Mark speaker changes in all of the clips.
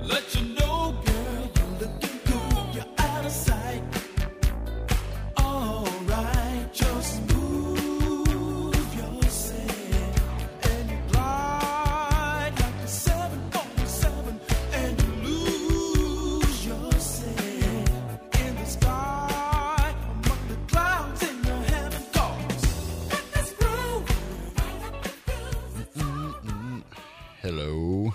Speaker 1: Let you know, girl, you're looking cool, you're out of sight. Alright, just move yourself and you glide like a 747 and you lose yourself in the sky among the clouds in your heaven calls. Let this
Speaker 2: Hello.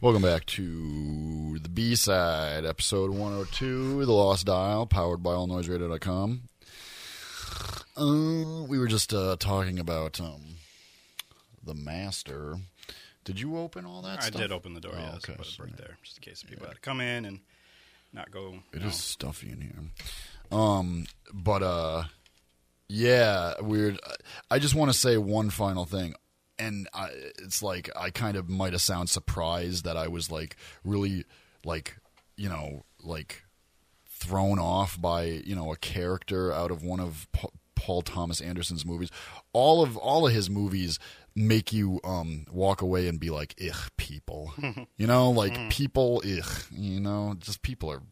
Speaker 2: Welcome back to the B side, episode 102, The Lost Dial, powered by allnoiseradio.com. Uh, we were just uh, talking about um, The Master. Did you open all that
Speaker 3: I
Speaker 2: stuff?
Speaker 3: did open the door,
Speaker 2: Oh,
Speaker 3: yes,
Speaker 2: okay.
Speaker 3: put a brick there, just in case people had to come in and not go.
Speaker 2: It
Speaker 3: no.
Speaker 2: is stuffy in here. Um, but uh, yeah, weird. I just want to say one final thing, and I, it's like I kind of might have sound surprised that I was like really like you know like thrown off by you know a character out of one of Pa- Paul Thomas Anderson's movies. All of all of his movies make you um walk away and be like, "Ugh, people," you know, like people, ugh, you know, just people are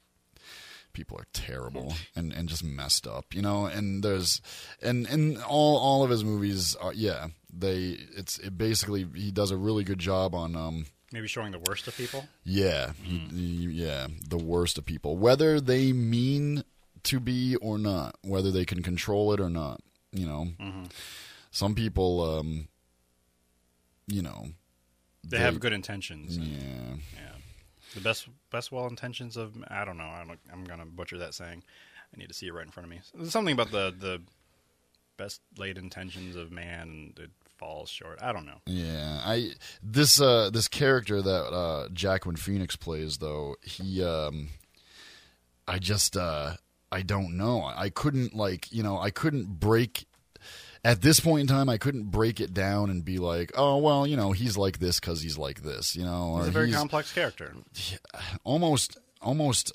Speaker 2: people are terrible and, and just messed up, you know. And there's and and all all of his movies, are, yeah, they it's it basically he does a really good job on um
Speaker 3: Maybe showing the worst of people.
Speaker 2: yeah he-
Speaker 3: Hmm.
Speaker 2: he- yeah the worst of people, whether they mean to be or not, whether they can control it or not, you know.
Speaker 3: Mm-hmm.
Speaker 2: Some people, um, you know,
Speaker 3: They, have good intentions. and-
Speaker 2: yeah.
Speaker 3: yeah. The best, best well intentions of I don't know. I'm, I'm gonna butcher that saying. I need to see it right in front of me. There's something about the the best laid intentions of man that falls short. I don't know.
Speaker 2: Yeah, I this uh this character that uh Jacqueline Phoenix plays though, he um I just uh I don't know. I couldn't like, you know, I couldn't break at this point in time I couldn't break it down and be like, "Oh, well, you know, he's like this cuz he's like this," you know, or
Speaker 3: He's a very complex character.
Speaker 2: almost almost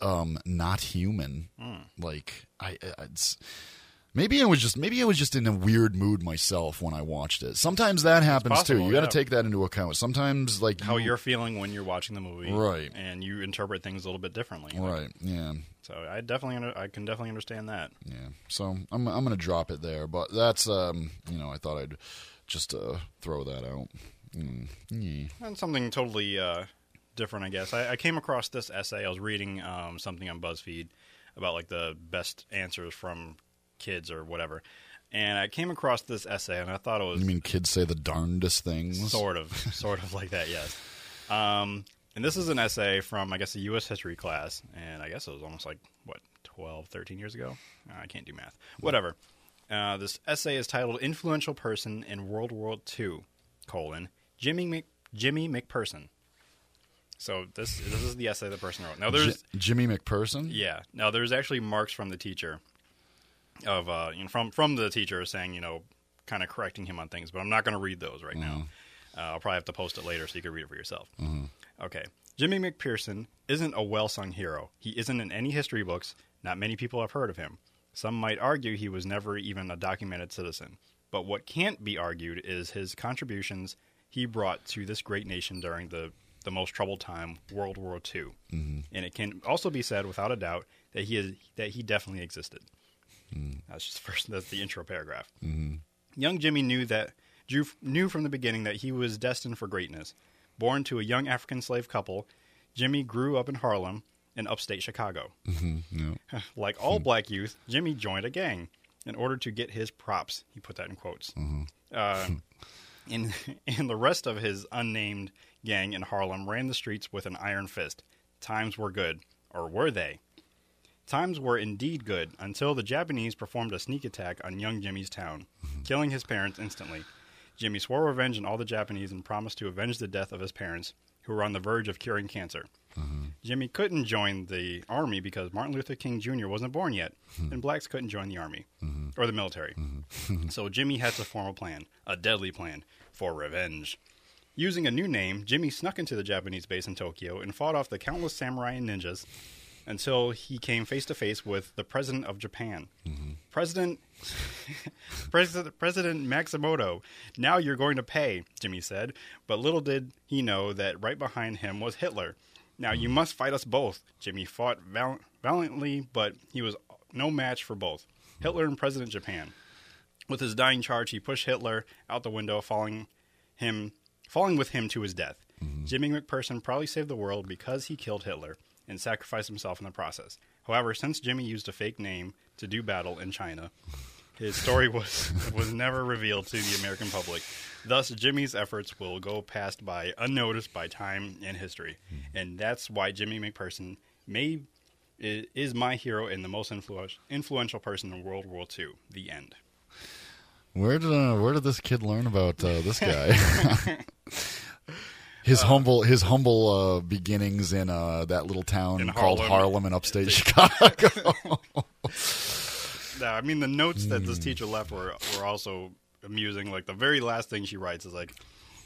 Speaker 2: um not human
Speaker 3: Hmm.
Speaker 2: like I, I it's maybe it was just maybe I was just in a weird mood myself when i watched it sometimes that happens too
Speaker 3: possible,
Speaker 2: you got to
Speaker 3: yeah.
Speaker 2: take that into account sometimes like
Speaker 3: How
Speaker 2: you-
Speaker 3: you're feeling when you're watching the movie,
Speaker 2: Right.
Speaker 3: And you interpret things a little bit differently.
Speaker 2: right yeah
Speaker 3: So I definitely, under, I can definitely understand that.
Speaker 2: yeah so i'm i'm going to drop it there but that's um you know i thought i'd just uh throw that out Mm. Yeah.
Speaker 3: And something totally uh, different, I guess. I, I came across this essay. I was reading um, something on BuzzFeed about like the best answers from kids or whatever, and I came across this essay, and I thought it was
Speaker 2: You mean kids say the darndest things?
Speaker 3: sort of, sort of like that. Yes. Um, and this is an essay from, I guess, a U.S. history class, and I guess it was almost like what 12, 13 years ago. Uh, I can't do math. Whatever. Uh, this essay is titled "Influential Person in World War II: colon, Jimmy Mc, Jimmy McPherson." So this this is the essay the person wrote. Now
Speaker 2: J-
Speaker 3: there's
Speaker 2: Jimmy McPherson?
Speaker 3: yeah. Now there's actually marks from the teacher of uh you know from from the teacher saying, you know, kind of correcting him on things, but I'm not going to read those right now. Uh, I'll probably have to post it later so you can read it for yourself. Okay. Jimmy McPherson isn't a well-sung hero. He isn't in any history books. Not many people have heard of him. Some might argue he was never even a documented citizen. But what can't be argued is his contributions he brought to this great nation during the, the most troubled time, World War II. Mm-hmm. And it can also be said, without a doubt, that he is that he definitely existed. That's just first. That's the intro paragraph. Young Jimmy knew that Drew knew from the beginning that he was destined for greatness. Born to a young African slave couple, Jimmy grew up in Harlem in upstate Chicago.
Speaker 2: No.
Speaker 3: like all black youth, Jimmy joined a gang in order to get his props. He put that in quotes. Uh, and, and the rest of his unnamed gang in Harlem ran the streets with an iron fist. Times were good, or were they? Times were indeed good until the Japanese performed a sneak attack on young Jimmy's town, killing his parents instantly. Jimmy swore revenge on all the Japanese and promised to avenge the death of his parents, who were on the verge of curing cancer. Jimmy couldn't join the army because Martin Luther King Jr. wasn't born yet, and blacks couldn't join the army or the military. so Jimmy had to form a plan, a deadly plan, for revenge. Using a new name, Jimmy snuck into the Japanese base in Tokyo and fought off the countless samurai and ninjas until he came face to face with the president of Japan. President President President Matsumoto, now you're going to pay, Jimmy said, but little did he know that right behind him was Hitler. Now you must fight us both. Jimmy fought val- valiantly, but he was no match for both. Hitler and President Japan. With his dying charge, he pushed Hitler out the window, falling him falling with him to his death. Jimmy McPherson probably saved the world because he killed Hitler and sacrificed himself in the process. However, since Jimmy used a fake name to do battle in China, his story was was never revealed to the American public. Thus, Jimmy's efforts will go past by unnoticed by time and history, and that's why Jimmy McPherson may i- is my hero and the most influ- influential person in World War II. The end.
Speaker 2: Where did uh, where did this kid learn about uh, this guy?
Speaker 3: Uh,
Speaker 2: his humble his humble uh, beginnings in uh, that little town
Speaker 3: In
Speaker 2: called
Speaker 3: Harlem.
Speaker 2: Harlem in upstate Chicago.
Speaker 3: No, I mean the notes that this teacher left were were also amusing. Like the very last thing she writes is like,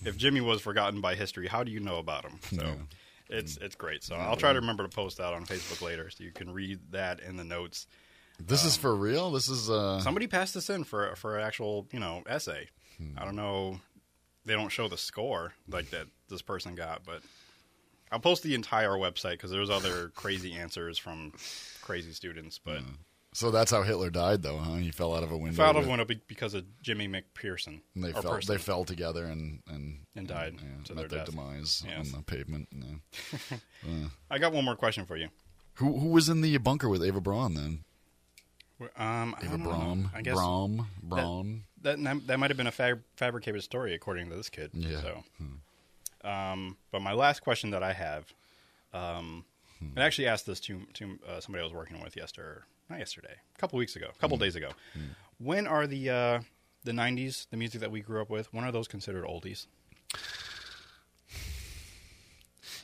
Speaker 3: "If Jimmy was forgotten by history, how do you know about him?" So it's it's great. So I'll try to remember to post that on Facebook later, so you can read that in the notes.
Speaker 2: this is for real. This is uh,
Speaker 3: Somebody passed this in for for an actual you know essay.
Speaker 2: Hmm.
Speaker 3: I don't know. They don't show the score like that this person got, but I'll post the entire website because there's other crazy answers from crazy students, but.
Speaker 2: Hmm. so that's how Hitler died, though, huh? He fell out of a window.
Speaker 3: Fouled
Speaker 2: with-
Speaker 3: one up because of Jimmy McPherson.
Speaker 2: and they
Speaker 3: or
Speaker 2: fell.
Speaker 3: person.
Speaker 2: They fell together and and
Speaker 3: And died
Speaker 2: yeah,
Speaker 3: to
Speaker 2: met
Speaker 3: their
Speaker 2: their,
Speaker 3: death.
Speaker 2: demise
Speaker 3: Yes.
Speaker 2: on the pavement. yeah.
Speaker 3: I got one more question for you.
Speaker 2: Who who was in the bunker with Ava Braun then?
Speaker 3: Um, I
Speaker 2: Ava
Speaker 3: don't know.
Speaker 2: Braun.
Speaker 3: I guess
Speaker 2: Braun. Braun.
Speaker 3: that that, that might have been a fab- fabricated story according to this kid.
Speaker 2: Yeah. Hmm.
Speaker 3: So, um, but my last question that I have, um,
Speaker 2: Hmm.
Speaker 3: and I actually asked this to to uh, somebody I was working with yesterday, not yesterday, a couple weeks ago, a
Speaker 2: Hmm.
Speaker 3: couple days ago. When are the uh, the '90s, the music that we grew up with, when are those considered oldies?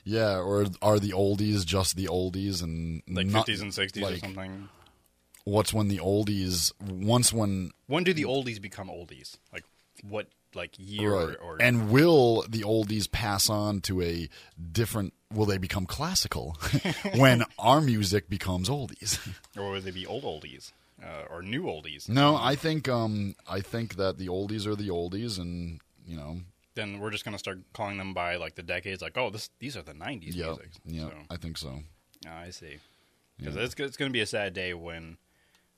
Speaker 2: Yeah, or are the oldies just the oldies and
Speaker 3: Like
Speaker 2: not-
Speaker 3: 50s and 60s or
Speaker 2: like,
Speaker 3: something.
Speaker 2: What's when the oldies? Once when
Speaker 3: When do the oldies become oldies? Like what? Like year
Speaker 2: right,
Speaker 3: or, or
Speaker 2: and will the oldies pass on to a different? Will they become classical when our music becomes oldies?
Speaker 3: or would they be old oldies uh, or new oldies?
Speaker 2: No, I think um I think that the oldies are the oldies, and you know,
Speaker 3: Then we're just gonna start calling them by like the decades. Like, oh, this these are the '90s
Speaker 2: yeah,
Speaker 3: music.
Speaker 2: yeah,
Speaker 3: So,
Speaker 2: I think so.
Speaker 3: Ah, I see. Because it's, it's gonna be a sad day when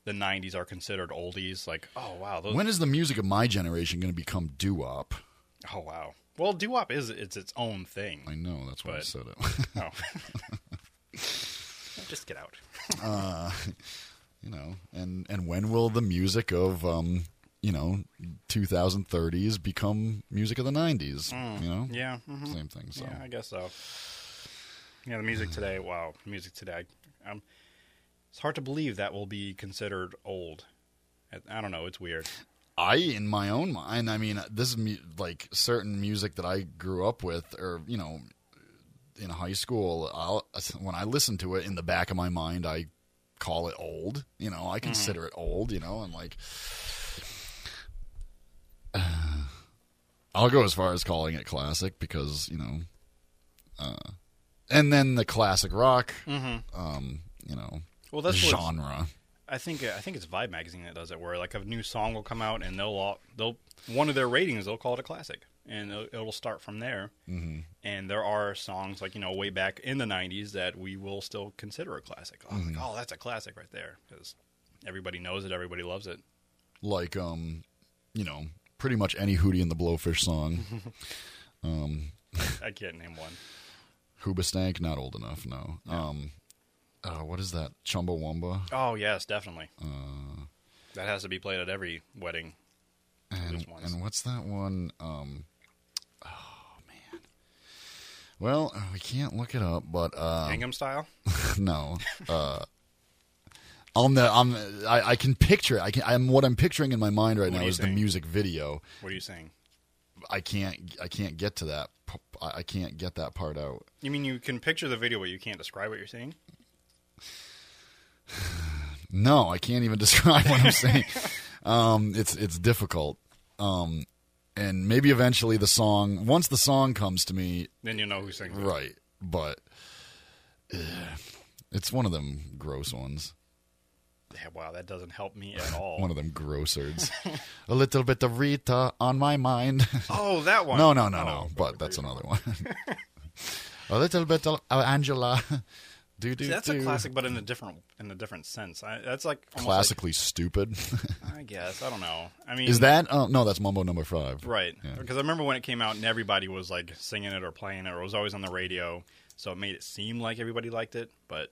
Speaker 3: the '90s are considered oldies. Like, oh wow, those.
Speaker 2: When is the music of my generation going to become doo wop?
Speaker 3: oh wow. Well, doo-wop is it's its own
Speaker 2: I
Speaker 3: thing. Oh.
Speaker 2: know that's why I
Speaker 3: But-
Speaker 2: said it.
Speaker 3: Oh. just get out.
Speaker 2: you know, and and when will the music of um you know 2030s become music of the 90s? You know,
Speaker 3: Yeah. mhm.
Speaker 2: same thing. So
Speaker 3: Yeah, I guess so. Yeah, the music today.
Speaker 2: Mm.
Speaker 3: Wow, the music today. Um, it's hard to believe that will be considered old. I- I don't know. It's weird.
Speaker 2: I, in my own mind, I mean, this is mu- like certain music that I grew up with, or you know, in high school. I'll, when I listen to it in the back of my mind, I call it old. You know, I consider it old. You know, and like, I'll go as far as calling it classic because you know, uh, and then the classic rock,
Speaker 3: Mm-hmm.
Speaker 2: um, you know,
Speaker 3: Well, that's what
Speaker 2: genre.
Speaker 3: I think. I think it's Vibe magazine that does it, where like a new song will come out and they'll all, they'll one of their ratings they'll call it a classic. and it'll, it'll start from there. Mm-hmm. And there are songs like you know way back in the '90s that we will still consider a classic. Oh,
Speaker 2: Mm-hmm.
Speaker 3: like, oh that's a classic right there because everybody knows it, everybody loves it.
Speaker 2: like um, you know, pretty much any Hootie and the Blowfish song.
Speaker 3: I can't name one.
Speaker 2: Hoobastank, not old enough, no. Um, uh, what is that? Chumbawamba.
Speaker 3: Oh yes, definitely.
Speaker 2: Uh.
Speaker 3: that has to be played at every wedding.
Speaker 2: And,
Speaker 3: Just once.
Speaker 2: and what's that one? Um, oh man. Well, uh, we can't look it up, but uh,
Speaker 3: Gangnam Style.
Speaker 2: no. Uh, on the I'm I, I can picture it. I can I'm what I'm picturing in my mind right
Speaker 3: What do
Speaker 2: now
Speaker 3: you
Speaker 2: is the
Speaker 3: think?
Speaker 2: music video.
Speaker 3: What are you saying?
Speaker 2: I can't I can't get to that. p- I I can't get that part out.
Speaker 3: You mean you can picture the video, but you can't describe what you're seeing?
Speaker 2: No, I can't even describe what I'm saying. um, it's it's difficult. Um, and maybe eventually the song once the song comes to me,
Speaker 3: Then you know who sings. it.
Speaker 2: right? But eh, it's one of them gross ones.
Speaker 3: Yeah, wow, that doesn't help me at all.
Speaker 2: One of them grossards. A little bit of Rita on my mind.
Speaker 3: Oh, that one.
Speaker 2: no, no, no, no.
Speaker 3: Oh,
Speaker 2: But that's another one. A little bit of Angela. Do do
Speaker 3: See, that's
Speaker 2: do.
Speaker 3: a classic, but in a different in a different sense. I, that's like almost
Speaker 2: Classically stupid.
Speaker 3: like- I guess I don't know. I mean,
Speaker 2: Is that? Oh no, that's Mumbo Number Five.
Speaker 3: right?
Speaker 2: Yeah.
Speaker 3: Because I remember when it came out and everybody was like singing it or playing it, or it was always on the radio, so it made it seem like everybody liked it. But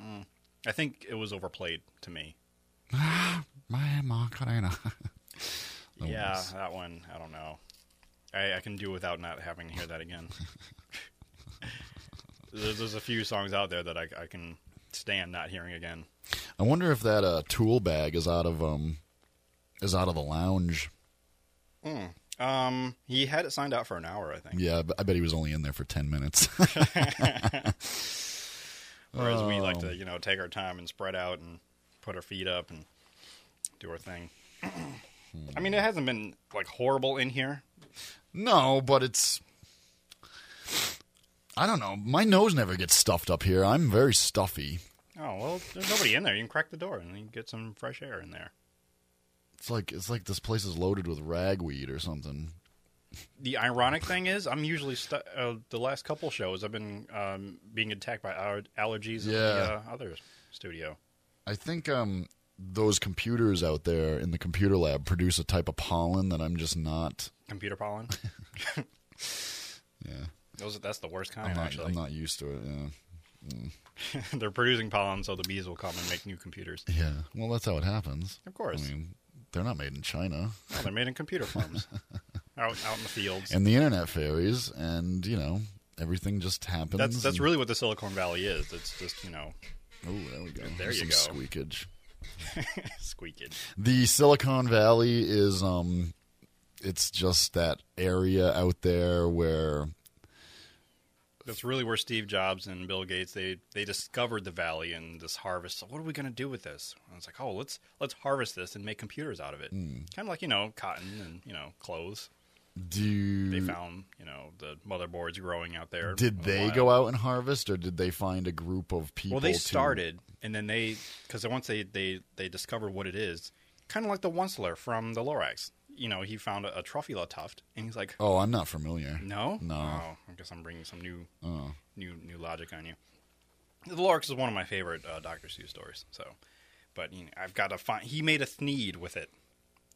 Speaker 3: mm, I think it was overplayed to me.
Speaker 2: My Macarena. No
Speaker 3: yeah,
Speaker 2: worries.
Speaker 3: that one. I don't know. I, I can do without not having to hear that again. there's, there's a few songs out there that I, I can stand not hearing again.
Speaker 2: I wonder if that uh, tool bag is out of um is out of the lounge.
Speaker 3: Um, he had it signed out for an hour, I think.
Speaker 2: Yeah, I bet- I bet he was only in there for ten minutes.
Speaker 3: Whereas we like
Speaker 2: Oh.
Speaker 3: to, you know, take our time and spread out and put our feet up and do our thing.
Speaker 2: Hmm.
Speaker 3: I mean, it hasn't been like horrible in here.
Speaker 2: no, but it's I don't know. My nose never gets stuffed up here. I'm very stuffy.
Speaker 3: Oh well, there's nobody in there. You can crack the door and then get some fresh air in there.
Speaker 2: It's like it's like this place is loaded with ragweed or something.
Speaker 3: The ironic thing is, I'm usually stu- uh, the last couple shows I've been um, being attacked by aller- allergies in
Speaker 2: Yeah.
Speaker 3: the uh, other studio.
Speaker 2: I think um those computers out there in the computer lab produce a type of pollen that I'm just not.
Speaker 3: Computer pollen.
Speaker 2: Yeah,
Speaker 3: Those that's the worst kind
Speaker 2: I'm not.
Speaker 3: actually.
Speaker 2: I'm not used to it. Yeah.
Speaker 3: They're producing pollen, so the bees will come and make new computers.
Speaker 2: Yeah. Well, that's how it happens.
Speaker 3: Of course.
Speaker 2: I mean, they're not made in China.
Speaker 3: Well, they're made in computer farms, out out in the fields.
Speaker 2: And the internet fairies, and, you know, everything just happens.
Speaker 3: That's that's
Speaker 2: and-
Speaker 3: really what the Silicon Valley is. It's just you know
Speaker 2: Oh, there we go.
Speaker 3: There you
Speaker 2: Some
Speaker 3: go.
Speaker 2: squeakage.
Speaker 3: squeaking.
Speaker 2: The Silicon Valley is, um, it's just that area out there where,
Speaker 3: That's really where Steve Jobs and Bill Gates they they discovered the valley and this harvest. So what are we going to do with this? And it's like oh let's let's harvest this and make computers out of it.
Speaker 2: Hmm.
Speaker 3: Kind of like you know cotton and you know clothes.
Speaker 2: do
Speaker 3: They found you know the motherboards growing out there.
Speaker 2: Hmm. did they go out and harvest, or did they find a group of people?
Speaker 3: Well, they
Speaker 2: to-
Speaker 3: started and then they because once they they they discovered what it is, kind of like the Onceler from the Lorax. You know he found a, a Trophila tuft and he's like
Speaker 2: Oh, I'm not familiar.
Speaker 3: No,
Speaker 2: No. Uh.
Speaker 3: Oh, I guess I'm bringing some new, new, new logic on you. The Lorax is one of my favorite uh, Doctor Seuss stories. So, but you know, I've got to find. He made a Thneed with it.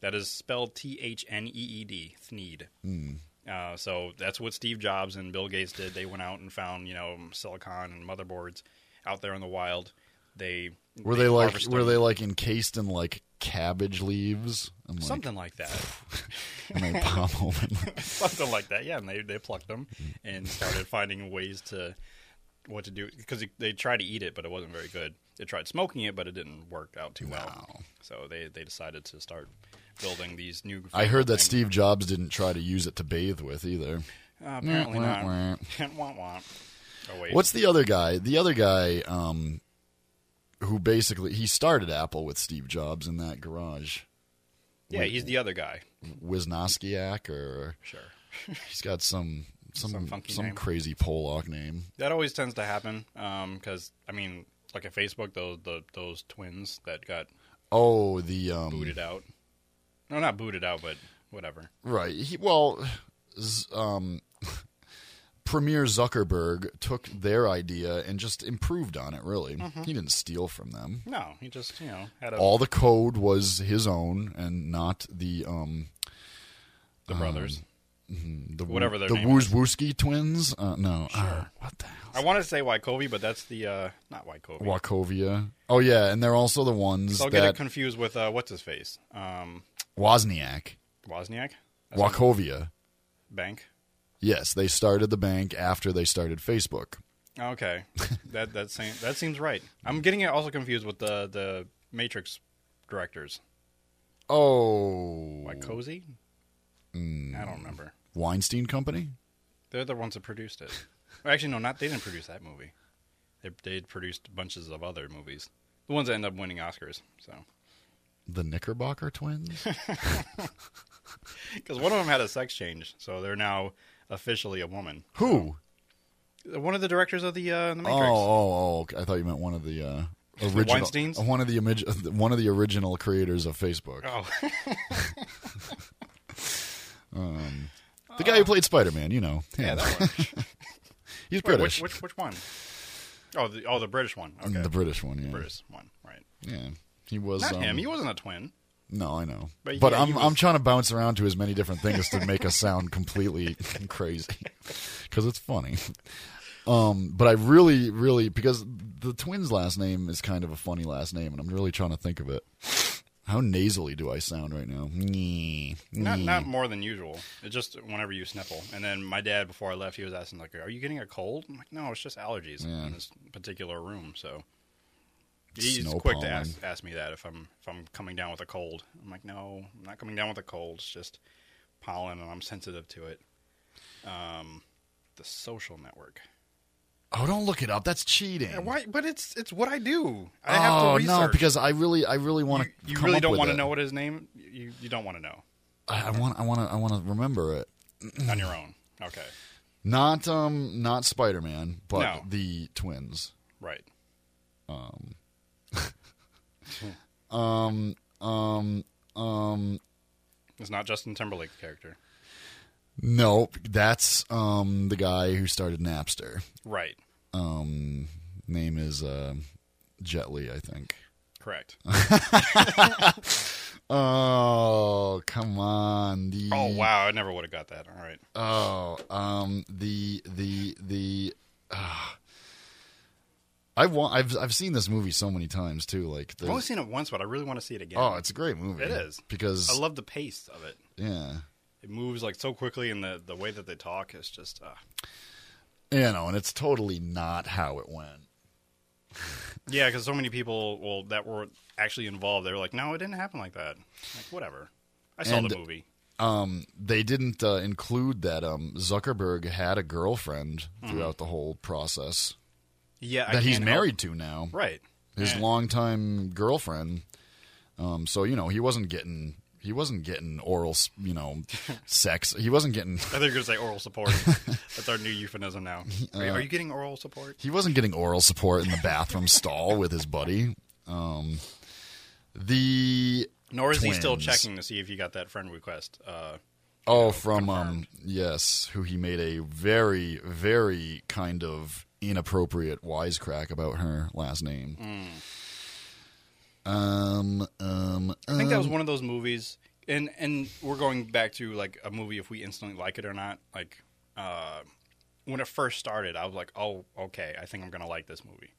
Speaker 3: That is spelled T H N E E D. Thneed.
Speaker 2: Hmm.
Speaker 3: Uh, so that's what Steve Jobs and Bill Gates did. They went out and found you know silicon and motherboards out there in the wild. They
Speaker 2: Were they, like?
Speaker 3: harvested
Speaker 2: Were
Speaker 3: them.
Speaker 2: they like encased in like cabbage leaves? I'm like,
Speaker 3: something like that?
Speaker 2: and they pop open.
Speaker 3: something like that. Yeah, and they they plucked them and started finding ways to what to do because they tried to eat it, but it wasn't very good. They tried smoking it, but it didn't work out too well. So they they decided to start building these new.
Speaker 2: I heard that
Speaker 3: things.
Speaker 2: Steve Jobs didn't try to use it to bathe with either.
Speaker 3: Uh, apparently
Speaker 2: Wah,
Speaker 3: not.
Speaker 2: wah,
Speaker 3: Womp womp. Oh wait,
Speaker 2: What's the other guy? The other guy um, who basically he started Apple with Steve Jobs in that garage,
Speaker 3: yeah, he's the other guy.
Speaker 2: Wisnoskiak, or
Speaker 3: Sure,
Speaker 2: he's got some some
Speaker 3: Some
Speaker 2: some,
Speaker 3: funky name.
Speaker 2: crazy Polak name.
Speaker 3: that always tends to happen because I mean, like at Facebook, those the, those twins that got
Speaker 2: Oh, the um,
Speaker 3: booted out. No, not booted out, but whatever.
Speaker 2: right. He, well, Z- um, Premier Zuckerberg took their idea and just improved on it. Really,
Speaker 3: Mm-hmm.
Speaker 2: he didn't steal from them.
Speaker 3: No, he just you know had a,
Speaker 2: All the code was his own and not the um,
Speaker 3: the brothers.
Speaker 2: the Wo-
Speaker 3: Whatever their
Speaker 2: the
Speaker 3: name
Speaker 2: Woos Wooski twins. Uh, no, Ah, what the hell?
Speaker 3: I wanted to say Wycovie, but that's the uh, not Wycovie.
Speaker 2: Wachovia. Oh yeah, and they're also the ones
Speaker 3: so I'll get
Speaker 2: that
Speaker 3: it confused with uh, what's his face, um,
Speaker 2: Wozniak,
Speaker 3: Wozniak, That's his
Speaker 2: Wachovia.
Speaker 3: bank.
Speaker 2: Yes, they started the bank after they started Facebook.
Speaker 3: Okay, that that same, that seems right. I'm getting it also confused with the the Matrix directors,
Speaker 2: Oh,
Speaker 3: Wycozzi. I don't remember.
Speaker 2: Weinstein Company.
Speaker 3: They're the ones that produced it. Well, actually, no, not they didn't produce that movie. They they produced bunches of other movies, the ones that end up winning Oscars. So
Speaker 2: The Knickerbocker twins?
Speaker 3: because one of them had a sex change, so they're now officially a woman.
Speaker 2: Who?
Speaker 3: One of the directors of the uh, the
Speaker 2: Oh,
Speaker 3: Matrix.
Speaker 2: oh, oh, okay. I thought you meant one of the uh, original
Speaker 3: Weinsteins?
Speaker 2: uh, one of the image, uh, one of the original creators of Facebook.
Speaker 3: Oh.
Speaker 2: the guy who played Spider-Man, you know. Yeah,
Speaker 3: Oh. that one.
Speaker 2: he's
Speaker 3: Wait,
Speaker 2: British. Mm,
Speaker 3: which, which which one? Oh, the oh the British one. Okay,
Speaker 2: The British one, yeah.
Speaker 3: British one. Right.
Speaker 2: Yeah. He was
Speaker 3: Not
Speaker 2: um,
Speaker 3: him. He wasn't a twin.
Speaker 2: No, I know. But,
Speaker 3: But yeah,
Speaker 2: I'm
Speaker 3: he was-
Speaker 2: I'm trying to bounce around to as many different things to make us sound completely crazy cuz it's funny. Um, but I really really because the twins last name is kind of a funny last name and I'm really trying to think of it. How nasally do I sound right now?
Speaker 3: Not not
Speaker 2: Mm.
Speaker 3: more than usual. It just whenever you sniffle. And then my dad before I left, he was asking like, "Are you getting a cold?" I'm like, "No, it's just allergies
Speaker 2: Yeah.
Speaker 3: in this particular room." So he's
Speaker 2: Snow
Speaker 3: quick to
Speaker 2: pollen.
Speaker 3: ask ask me that if I'm if I'm coming down with a cold. I'm like, "No, I'm not coming down with a cold. It's just pollen, and I'm sensitive to it." Um, the social network.
Speaker 2: Oh, don't look it up. That's cheating.
Speaker 3: Yeah, Why? But it's it's what I do. I
Speaker 2: oh
Speaker 3: have to research.
Speaker 2: no, because I really, I really want
Speaker 3: you,
Speaker 2: to.
Speaker 3: you really don't want to know what his name. You you don't want to know
Speaker 2: I want. I want to. I want to remember it.
Speaker 3: on your own. Okay,
Speaker 2: Not um, not Spider Man, but
Speaker 3: No.
Speaker 2: the twins.
Speaker 3: right.
Speaker 2: Um,
Speaker 3: It's not Justin Timberlake character.
Speaker 2: nope. That's um the guy who started Napster.
Speaker 3: Right.
Speaker 2: Um, name is uh, Jet Li, I think.
Speaker 3: Correct.
Speaker 2: Oh come on! The
Speaker 3: oh wow, I never would have got that. All right.
Speaker 2: Oh, um, the the the. Uh, I've wa- I've I've seen this movie so many times too. Like,
Speaker 3: I've only
Speaker 2: there's-
Speaker 3: seen it once, but I really want to see it again.
Speaker 2: oh, it's a great movie.
Speaker 3: It is.
Speaker 2: because
Speaker 3: I love the pace of it.
Speaker 2: yeah,
Speaker 3: It moves like so quickly, and the the way that they talk is just. Uh,
Speaker 2: you know, and it's totally not how it went.
Speaker 3: yeah, because so many people, well, that were actually involved, they were like, "No, it didn't happen like that." Like whatever. I saw
Speaker 2: And-
Speaker 3: the movie.
Speaker 2: Um, they didn't uh, include that um Zuckerberg had a girlfriend throughout the whole process
Speaker 3: Yeah, I
Speaker 2: that he's
Speaker 3: can't help-
Speaker 2: married to now.
Speaker 3: Right.
Speaker 2: His
Speaker 3: And-
Speaker 2: longtime girlfriend. Um, so you know, he wasn't getting he wasn't getting oral, s- you know, sex. He wasn't getting
Speaker 3: I think you're gonna say oral support. That's our new euphemism now. Are,
Speaker 2: Uh,
Speaker 3: you- are you getting oral support?
Speaker 2: he wasn't getting oral support in the bathroom stall with his buddy. Um, the
Speaker 3: Nor is he still
Speaker 2: Twins.
Speaker 3: checking to see if you got that friend request. Uh,
Speaker 2: oh from um yes, who he made a very very kind of inappropriate wisecrack about her last name. Um um
Speaker 3: Hmm. I think that was one of those movies, and and we're going back to like a movie if we instantly like it or not. Like uh, when it first started, I was like, oh, okay, I think I'm gonna like this movie,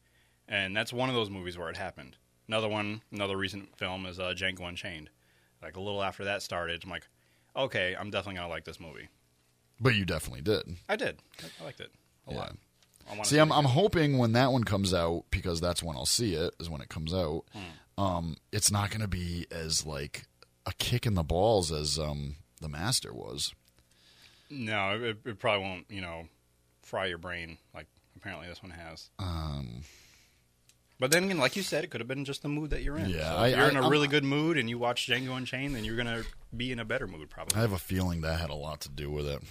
Speaker 3: and that's one of those movies where it happened. Another one, another recent film is uh, Django Unchained. Like a little after that started, I'm like, okay, I'm definitely gonna like this movie.
Speaker 2: but you definitely did.
Speaker 3: I did. I, I liked it a
Speaker 2: Yeah.
Speaker 3: lot. I wanna
Speaker 2: See,
Speaker 3: see
Speaker 2: I'm
Speaker 3: it
Speaker 2: I'm hoping when that one comes out because that's when I'll see it is when it comes out.
Speaker 3: Hmm.
Speaker 2: Um, it's not going to be as like a kick in the balls as um the master was.
Speaker 3: No, it, it probably won't. You know, fry your brain like apparently this one has. Um, but then again, like you said, it could have been just the mood that you're in.
Speaker 2: Yeah,
Speaker 3: So
Speaker 2: I-
Speaker 3: if you're
Speaker 2: I-
Speaker 3: in a
Speaker 2: I'm-
Speaker 3: really good mood and you watch Django Unchained, then you're gonna be in a better mood probably.
Speaker 2: I have a feeling that had a lot to do with it.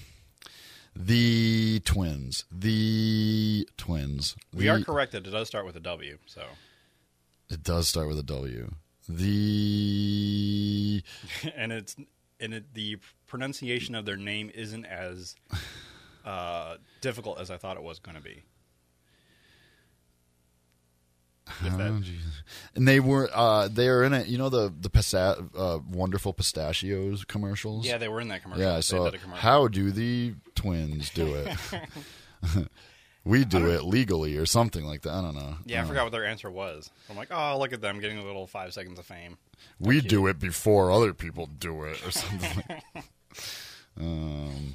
Speaker 2: The twins, the twins.
Speaker 3: we
Speaker 2: The-
Speaker 3: are correct that it does start with a W. So
Speaker 2: It does start with a W. The
Speaker 3: and it's and it, the pronunciation of their name isn't as uh, difficult as I thought it was going to be. If that-
Speaker 2: Oh, Jesus. And they were uh, they are in it. You know the the pista- uh, wonderful pistachios commercials.
Speaker 3: yeah, they were in that commercial.
Speaker 2: yeah. I
Speaker 3: They
Speaker 2: saw.
Speaker 3: did a commercial.
Speaker 2: How do the twins do it? we do it legally or something like that. I don't know.
Speaker 3: Yeah, I
Speaker 2: Uh,
Speaker 3: forgot what their answer was. I'm like, oh, look at them getting a little five seconds of fame.
Speaker 2: We do it before other people do it or something. like Um,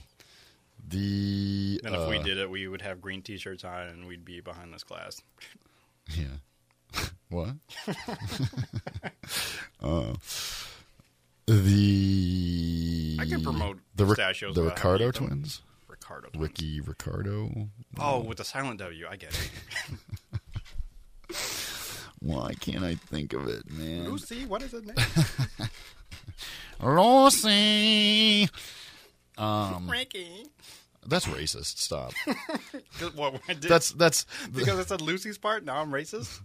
Speaker 2: the
Speaker 3: And if we
Speaker 2: uh,
Speaker 3: did it, we would have green T-shirts on, and we'd be behind this class.
Speaker 2: Yeah. what? uh, the
Speaker 3: I could promote
Speaker 2: the, Ri-
Speaker 3: pistachios
Speaker 2: the
Speaker 3: without having to
Speaker 2: Ricardo
Speaker 3: eat them.
Speaker 2: twins,
Speaker 3: Ricardo. Twins.
Speaker 2: Ricky Ricardo.
Speaker 3: Oh, with the silent W, I get it.
Speaker 2: Why can't I think of it, man?
Speaker 3: Lucy, what is his name?
Speaker 2: Rossi.
Speaker 3: Frankie.
Speaker 2: That's racist. Stop.
Speaker 3: 'Cause- well, I did-
Speaker 2: That's that's
Speaker 3: because I said Lucy's part. Now I'm racist.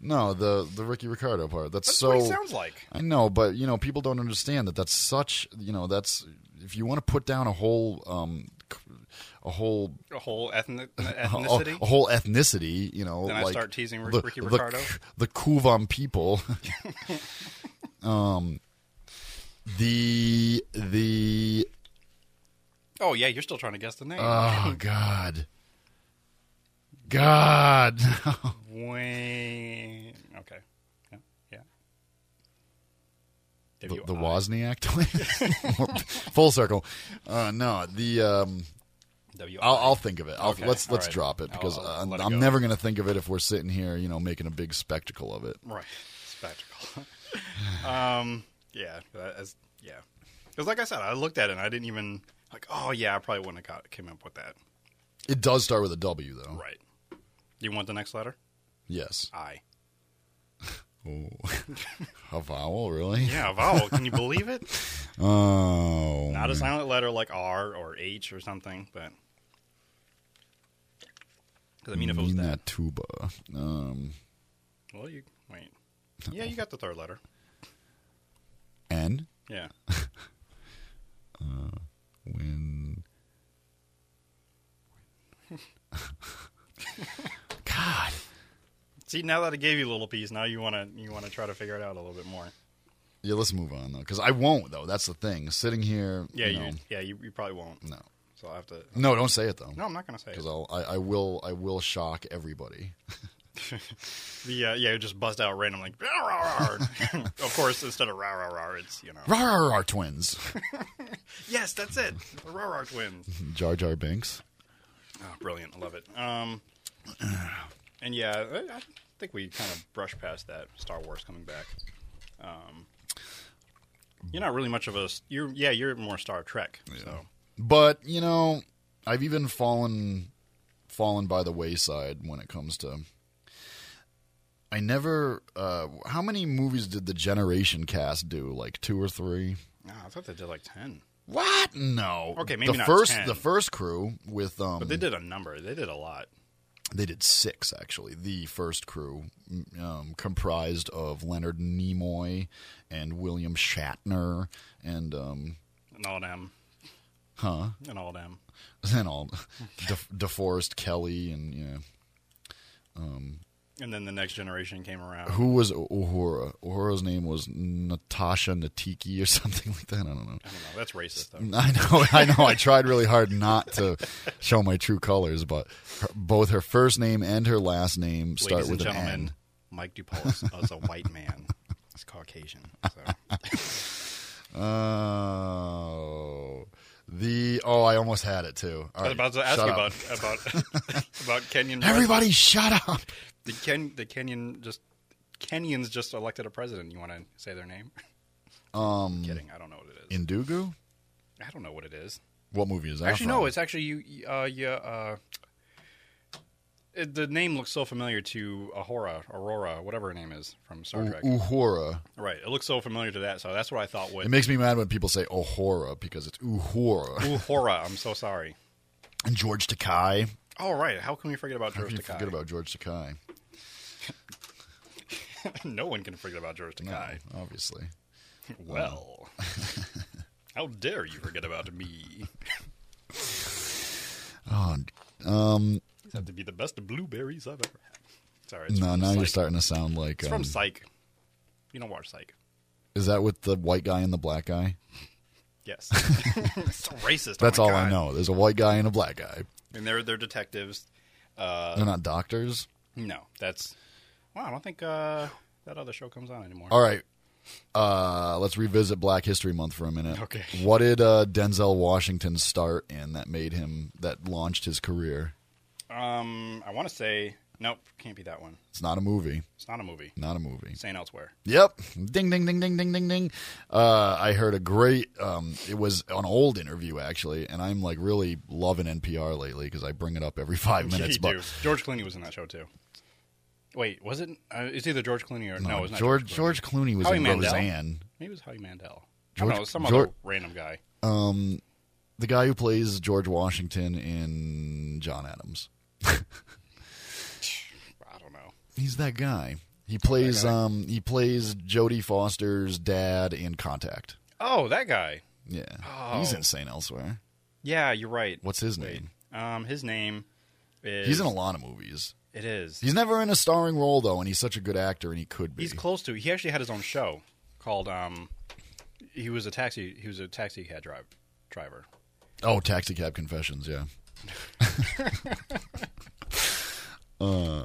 Speaker 2: no the the Ricky Ricardo part. That's,
Speaker 3: That's
Speaker 2: so.
Speaker 3: what he sounds like.
Speaker 2: I know, but you know, people don't understand that that's such. You know, that's if you want to put down a whole, um, c- a whole,
Speaker 3: A whole ethnic
Speaker 2: a,
Speaker 3: ethnicity.
Speaker 2: a whole ethnicity. You know,
Speaker 3: Then I
Speaker 2: like
Speaker 3: start teasing Rick- Ricky
Speaker 2: the,
Speaker 3: Ricardo?
Speaker 2: c- the Kuvam people. um, the the
Speaker 3: Oh yeah, you're still trying to guess the name.
Speaker 2: oh god, God,
Speaker 3: Wayne. Okay. Yeah. Yeah.
Speaker 2: the, the
Speaker 3: W I-
Speaker 2: Wozniak twins. Full circle. Uh, no, the um.
Speaker 3: W I.
Speaker 2: I'll, I'll think of it. I'll,
Speaker 3: Okay,
Speaker 2: let's
Speaker 3: all
Speaker 2: let's
Speaker 3: right.
Speaker 2: drop it because
Speaker 3: I'll-
Speaker 2: uh,
Speaker 3: I'll let it
Speaker 2: I'm
Speaker 3: go.
Speaker 2: never gonna think of it if we're sitting here, you know, making a big spectacle of it.
Speaker 3: Right. Spectacle. um. Yeah. that is- yeah. Because like I said, I looked at it and I didn't even like. Oh yeah, I probably wouldn't have got, came up with that.
Speaker 2: It does start with a W though.
Speaker 3: Right. You want the next letter?
Speaker 2: Yes.
Speaker 3: I.
Speaker 2: Oh. a vowel, really?
Speaker 3: Yeah, a vowel. Can you believe it?
Speaker 2: Oh.
Speaker 3: Not a silent letter like R or H or something, but. Because I mean, if it was
Speaker 2: Nina
Speaker 3: that.
Speaker 2: tuba. Um.
Speaker 3: Well, you. Wait. Yeah, you got the third letter.
Speaker 2: N.
Speaker 3: Yeah.
Speaker 2: When. God.
Speaker 3: See, now that I gave you a little piece, now you want to you want to try to figure it out a little bit more.
Speaker 2: Yeah, let's move on though, because I won't though. That's the thing. Sitting here.
Speaker 3: Yeah,
Speaker 2: you
Speaker 3: you,
Speaker 2: know,
Speaker 3: yeah, you, you probably won't.
Speaker 2: No.
Speaker 3: So I have to.
Speaker 2: No, don't say it though.
Speaker 3: No, I'm not gonna say it.
Speaker 2: Because I'll, I, I will, I will shock everybody.
Speaker 3: The uh, yeah, you just bust out random like. "Rah, rah, rah." of course, instead of rah rah rah, it's you know.
Speaker 2: Rar twins.
Speaker 3: Yes, that's it. The rah rah twins.
Speaker 2: Jar Jar Binks.
Speaker 3: Oh, brilliant. I love it. Um, and yeah, I, I think we kind of brushed past that Star Wars coming back. Um, you're not really much of a s- you're yeah you're more Star Trek. So
Speaker 2: But you know, I've even fallen fallen by the wayside when it comes to. I never. Uh, how many movies did the Generation cast do? Like two or three?
Speaker 3: no, Ah, I thought they did like ten,
Speaker 2: What? No.
Speaker 3: Okay, maybe
Speaker 2: the
Speaker 3: not
Speaker 2: first
Speaker 3: 10.
Speaker 2: the first crew with um
Speaker 3: but they did a number. They did a lot.
Speaker 2: they did six actually. The first crew um, comprised of Leonard Nimoy and William Shatner and um
Speaker 3: And all them. Huh? And all them.
Speaker 2: and all De- DeForest Kelly and yeah.
Speaker 3: And then the next generation came around.
Speaker 2: who was Uhura? Uhura's name was Natasha Natiki or something like that. I don't know.
Speaker 3: I don't know. That's racist though.
Speaker 2: I know, I know. I tried really hard not to show my true colors, but her, both her first name and her last name start
Speaker 3: Ladies
Speaker 2: with
Speaker 3: and
Speaker 2: an
Speaker 3: gentlemen,
Speaker 2: N.
Speaker 3: Mike DuPaul is, is a white man. He's Caucasian. So.
Speaker 2: Oh, the oh, I almost had it too. All
Speaker 3: I was
Speaker 2: right,
Speaker 3: about to ask
Speaker 2: shut
Speaker 3: you
Speaker 2: up.
Speaker 3: about about about Kenyan.
Speaker 2: everybody. Shut up.
Speaker 3: The Ken the Kenyan just Kenyans just elected a president. You want to say their name? Um, kidding. I don't know what it is.
Speaker 2: Indugu.
Speaker 3: I don't know what it is.
Speaker 2: What movie is that?
Speaker 3: Actually, no.
Speaker 2: from?
Speaker 3: It's actually you. you- Uh, yeah. Uh, it, the name looks so familiar to Ahura, Aurora, whatever her name is from Star Trek.
Speaker 2: Uhura.
Speaker 3: Right. It looks so familiar to that. So that's what I thought
Speaker 2: It
Speaker 3: would.
Speaker 2: makes me mad when people say Uhura because it's Uhura.
Speaker 3: Uhura. I'm so sorry.
Speaker 2: And George Takai.
Speaker 3: All right. How can we forget about
Speaker 2: How
Speaker 3: George
Speaker 2: can you
Speaker 3: Takei?
Speaker 2: forget about George Takai?
Speaker 3: no one can forget about George Takei.
Speaker 2: Obviously.
Speaker 3: Well, How dare you forget about me?
Speaker 2: Oh, um,
Speaker 3: These have to be the best blueberries I've ever had. Sorry. it's
Speaker 2: no,
Speaker 3: from
Speaker 2: now you're
Speaker 3: Psych.
Speaker 2: starting to sound like.
Speaker 3: It's
Speaker 2: Um,
Speaker 3: from Psych. You don't watch Psych.
Speaker 2: is that with the white guy and the black guy?
Speaker 3: Yes. it's so racist. oh
Speaker 2: That's
Speaker 3: my
Speaker 2: all I
Speaker 3: God.
Speaker 2: know. There's a white guy and a black guy.
Speaker 3: And they're they're detectives. Uh,
Speaker 2: They're not doctors.
Speaker 3: No, that's. Wow, I don't think uh, that other show comes on anymore.
Speaker 2: All right. Uh, let's revisit Black History Month for a minute.
Speaker 3: Okay.
Speaker 2: What did uh, Denzel Washington start in that made him that launched his career?
Speaker 3: Um, I want to say nope, can't be that one.
Speaker 2: It's not a movie.
Speaker 3: It's not a movie.
Speaker 2: Not a movie.
Speaker 3: Saying elsewhere.
Speaker 2: Yep. Ding, ding, ding, ding, ding, ding, ding. Uh, I heard a great, um, it was an old interview actually, and I'm like really loving NPR lately because I bring it up every five minutes.
Speaker 3: you
Speaker 2: but
Speaker 3: do. George Clooney was in that show too. It was it? Uh, it's either George Clooney or no, it was not
Speaker 2: George,
Speaker 3: Clooney.
Speaker 2: George Clooney was
Speaker 3: Howie
Speaker 2: in
Speaker 3: Mandel?
Speaker 2: Roseanne.
Speaker 3: Maybe it was Howie Mandel.
Speaker 2: George-
Speaker 3: I don't know, it was some
Speaker 2: George-
Speaker 3: other random guy.
Speaker 2: The guy who plays George Washington in John Adams.
Speaker 3: I don't know.
Speaker 2: He's that guy. He plays
Speaker 3: guy.
Speaker 2: um he plays Jodie Foster's dad in Contact.
Speaker 3: Oh, that guy.
Speaker 2: Yeah.
Speaker 3: Oh.
Speaker 2: He's insane elsewhere.
Speaker 3: Yeah, you're right.
Speaker 2: What's his
Speaker 3: Wait.
Speaker 2: name?
Speaker 3: Um, his name is.
Speaker 2: He's in a lot of movies.
Speaker 3: It is.
Speaker 2: He's never in a starring role though, and he's such a good actor, and he could be.
Speaker 3: He's close to. He actually had his own show called. Um, he was a taxi. He was a taxi cab drive, driver.
Speaker 2: oh, Taxi Cab Confessions, yeah.
Speaker 3: Uh,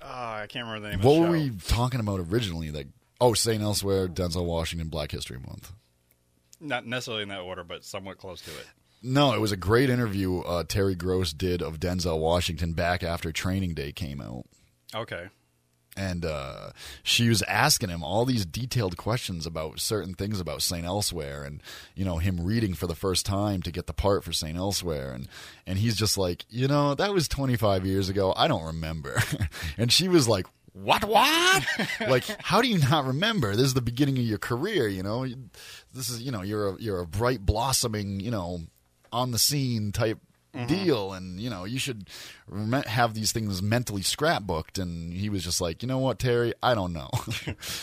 Speaker 3: I can't remember the name.
Speaker 2: What
Speaker 3: of the
Speaker 2: were
Speaker 3: show.
Speaker 2: we talking about originally? Like, oh, St. Elsewhere, Denzel Washington, Black History Month.
Speaker 3: Not necessarily in that order, but somewhat close to it.
Speaker 2: No, it was a great interview uh, Terry Gross did of Denzel Washington back after Training Day came out.
Speaker 3: Okay.
Speaker 2: and uh, she was asking him all these detailed questions about certain things about Saint Elsewhere, and you know him reading for the first time to get the part for Saint Elsewhere, and and he's just like, you know, that was 25 years ago. I don't remember, and she was like. What what? like, how do you not remember? This is the beginning of your career, you know. This is, you know, you're a you're a bright blossoming, you know, on the scene type
Speaker 3: Mm-hmm.
Speaker 2: deal and you know you should rem- have these things mentally scrapbooked and he was just like you know what terry i don't know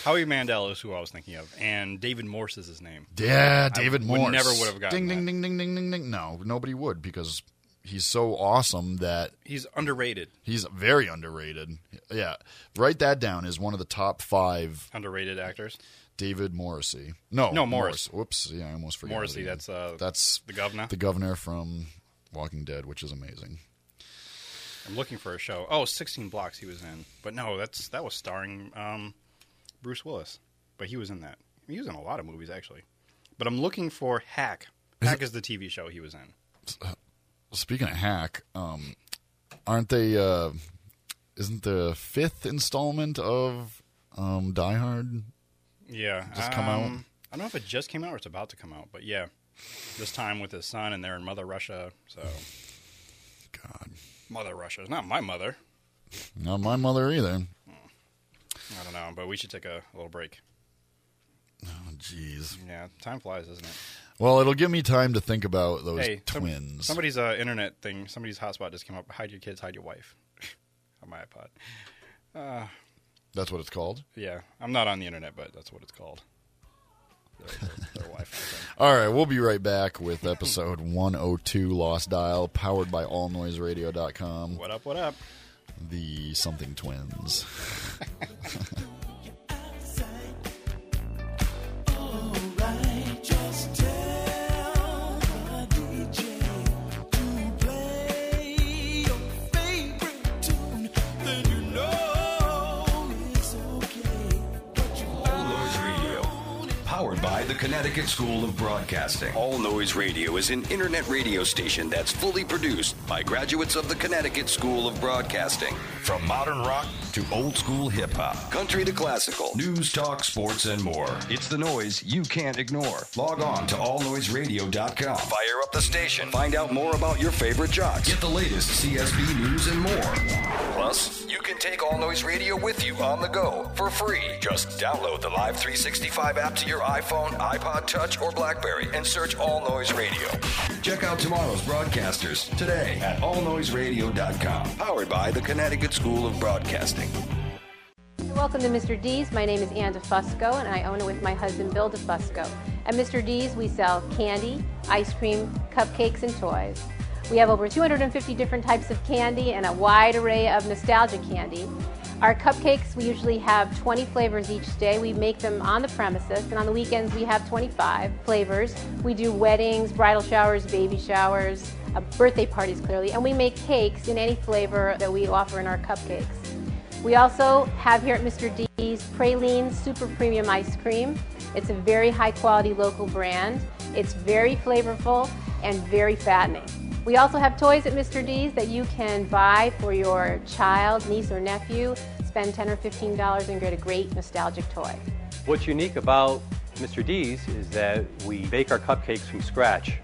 Speaker 3: Howie Mandel is who I was thinking of, and David Morse is his name.
Speaker 2: yeah david
Speaker 3: would-
Speaker 2: morse
Speaker 3: never would have gotten
Speaker 2: ding ding
Speaker 3: that.
Speaker 2: ding ding ding ding ding no nobody would because he's so awesome that
Speaker 3: He's underrated.
Speaker 2: he's very underrated yeah write that down as one of the top five
Speaker 3: Underrated actors.
Speaker 2: david morrissey no
Speaker 3: No, Morris.
Speaker 2: whoops yeah i almost forgot
Speaker 3: Morrissey, that's uh,
Speaker 2: that's
Speaker 3: the governor.
Speaker 2: the governor from walking dead which is amazing
Speaker 3: I'm looking for a show. Oh, 16 Blocks he was in, but no, that's that was starring um, Bruce Willis, but he was in that. He was in a lot of movies actually, but I'm looking for Hack. Hack is the TV show he was in.
Speaker 2: Speaking of hack, um, aren't they? Uh, isn't the fifth installment of um, Die Hard?
Speaker 3: Yeah, um,
Speaker 2: Just come out?
Speaker 3: I don't know if it just came out or it's about to come out, but yeah, this time with his son and they're in Mother Russia. So
Speaker 2: God,
Speaker 3: Mother Russia is not my mother.
Speaker 2: not my mother either.
Speaker 3: I don't know, but we should take a, little break.
Speaker 2: Oh, Jeez.
Speaker 3: Yeah, time flies, doesn't it?
Speaker 2: Well, it'll give me time to think about those
Speaker 3: hey, some-
Speaker 2: twins.
Speaker 3: somebody's uh, internet thing, somebody's hotspot just came up. Hide your kids, hide your wife. on my iPod.
Speaker 2: That's what it's called.
Speaker 3: Yeah, I'm not on the internet, but that's what it's called. Their, their, their Wi-Fi thing.
Speaker 2: All right, we'll be right back with episode 102 Lost Dial, powered by AllNoiseRadio.com.
Speaker 3: What up? What up?
Speaker 2: The something twins.
Speaker 1: Just tell the DJ to play your favorite tune, then you know it's okay. But you
Speaker 4: All Noise Radio. Powered by the Connecticut School of Broadcasting. All Noise Radio is an internet radio station that's fully produced by graduates of the Connecticut School of Broadcasting. From modern rock to old school hip hop, country to classical, news, talk, sports, and more. It's the noise you can't ignore. Log on to allnoiseradio.com. Fire up the station. Find out more about your favorite jocks. Get the latest CSB news and more. Plus, you can take All Noise Radio with you on the go for free. Just download the Live 365 app to your iPhone, iPod Touch, or Blackberry and search All Noise Radio. Check out tomorrow's broadcasters today at allnoiseradio.com. Powered by the Connecticut School of Broadcasting.
Speaker 5: Welcome to Mr. D's. My name is Ann DeFusco, and I own it with my husband, Bill DeFusco. At Mr. D's, we sell candy, ice cream, cupcakes, and toys. We have over 250 different types of candy and a wide array of nostalgia candy. Our cupcakes, we usually have 20 flavors each day. We make them on the premises, and on the weekends, we have 25 flavors. We do weddings, bridal showers, baby showers, uh, birthday parties, clearly, and we make cakes in any flavor that we offer in our cupcakes. We also have here at Mr. D's Praline Super Premium Ice Cream. It's a very high quality local brand. It's very flavorful and very fattening. We also have toys at Mr. D's that you can buy for your child, niece, or nephew. Spend 10 or $15 and get a great nostalgic toy.
Speaker 6: What's unique about Mr. D's is that we bake our cupcakes from scratch,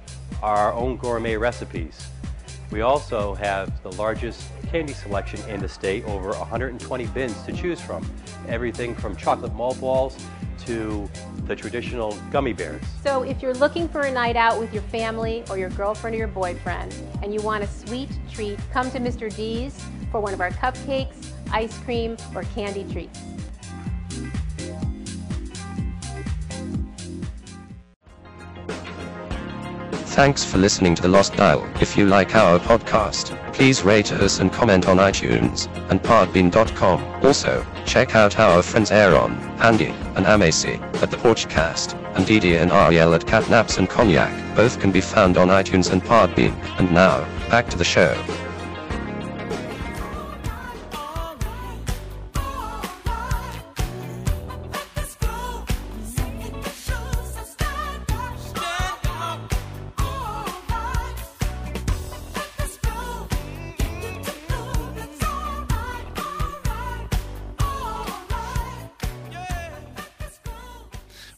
Speaker 6: our own gourmet recipes. We also have the largest candy selection in the state, over 120 bins to choose from. Everything from chocolate malt balls to the traditional gummy bears.
Speaker 5: So, if you're looking for a night out with your family or your girlfriend or your boyfriend and you want a sweet treat, come to Mr. D's for one of our cupcakes, ice cream, or candy treats.
Speaker 7: Thanks for listening to The Lost Dial. If you like our podcast, please rate us and comment on iTunes and Podbean.com. Also, check out our friends Aaron, Andy, and Amacy at The Porchcast, and Didi and Ariel at Catnaps and Cognac. Both can be found on iTunes and Podbean. And now, back to the show.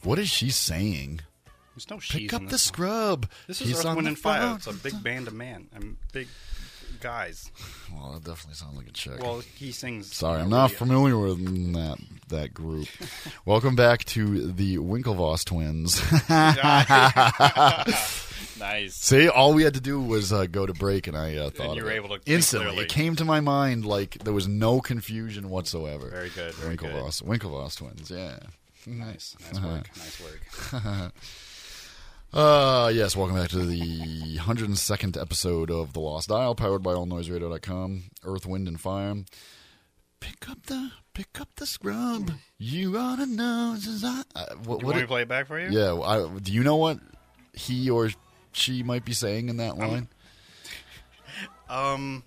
Speaker 2: What is she saying?
Speaker 3: There's no she's
Speaker 2: Pick
Speaker 3: in
Speaker 2: up the
Speaker 3: this song.
Speaker 2: scrub.
Speaker 3: This is
Speaker 2: He's
Speaker 3: Earth,
Speaker 2: on
Speaker 3: Wind,
Speaker 2: the
Speaker 3: and Fire. It's a
Speaker 2: phone.
Speaker 3: big band of man. I'm big guys.
Speaker 2: Well, that definitely sounds like a chick.
Speaker 3: Well, he sings.
Speaker 2: Sorry, I'm not familiar with that that group. Welcome back to the Winklevoss twins.
Speaker 3: Nice.
Speaker 2: See, all we had to do was uh, go to break, and I uh, thought
Speaker 3: you
Speaker 2: of
Speaker 3: were
Speaker 2: it.
Speaker 3: able to think
Speaker 2: instantly.
Speaker 3: clearly.
Speaker 2: It came to my mind like there was no confusion whatsoever.
Speaker 3: Very good. Very good.
Speaker 2: Winklevoss, Winklevoss twins. Yeah,
Speaker 3: Nice. Nice
Speaker 2: uh-huh.
Speaker 3: work. Nice work.
Speaker 2: Uh, yes, welcome back to the 102nd episode of The Lost Dial, powered by AllNoiseRadio.com, Earth, Wind, and Fire. Pick up the, pick up the
Speaker 3: Mm.
Speaker 2: scrub. You oughta know. this is I- Uh, what,
Speaker 3: You
Speaker 2: what
Speaker 3: want me
Speaker 2: it-
Speaker 3: to play it back for you?
Speaker 2: yeah, I, do you know what he or she might be saying in that line?
Speaker 3: Um,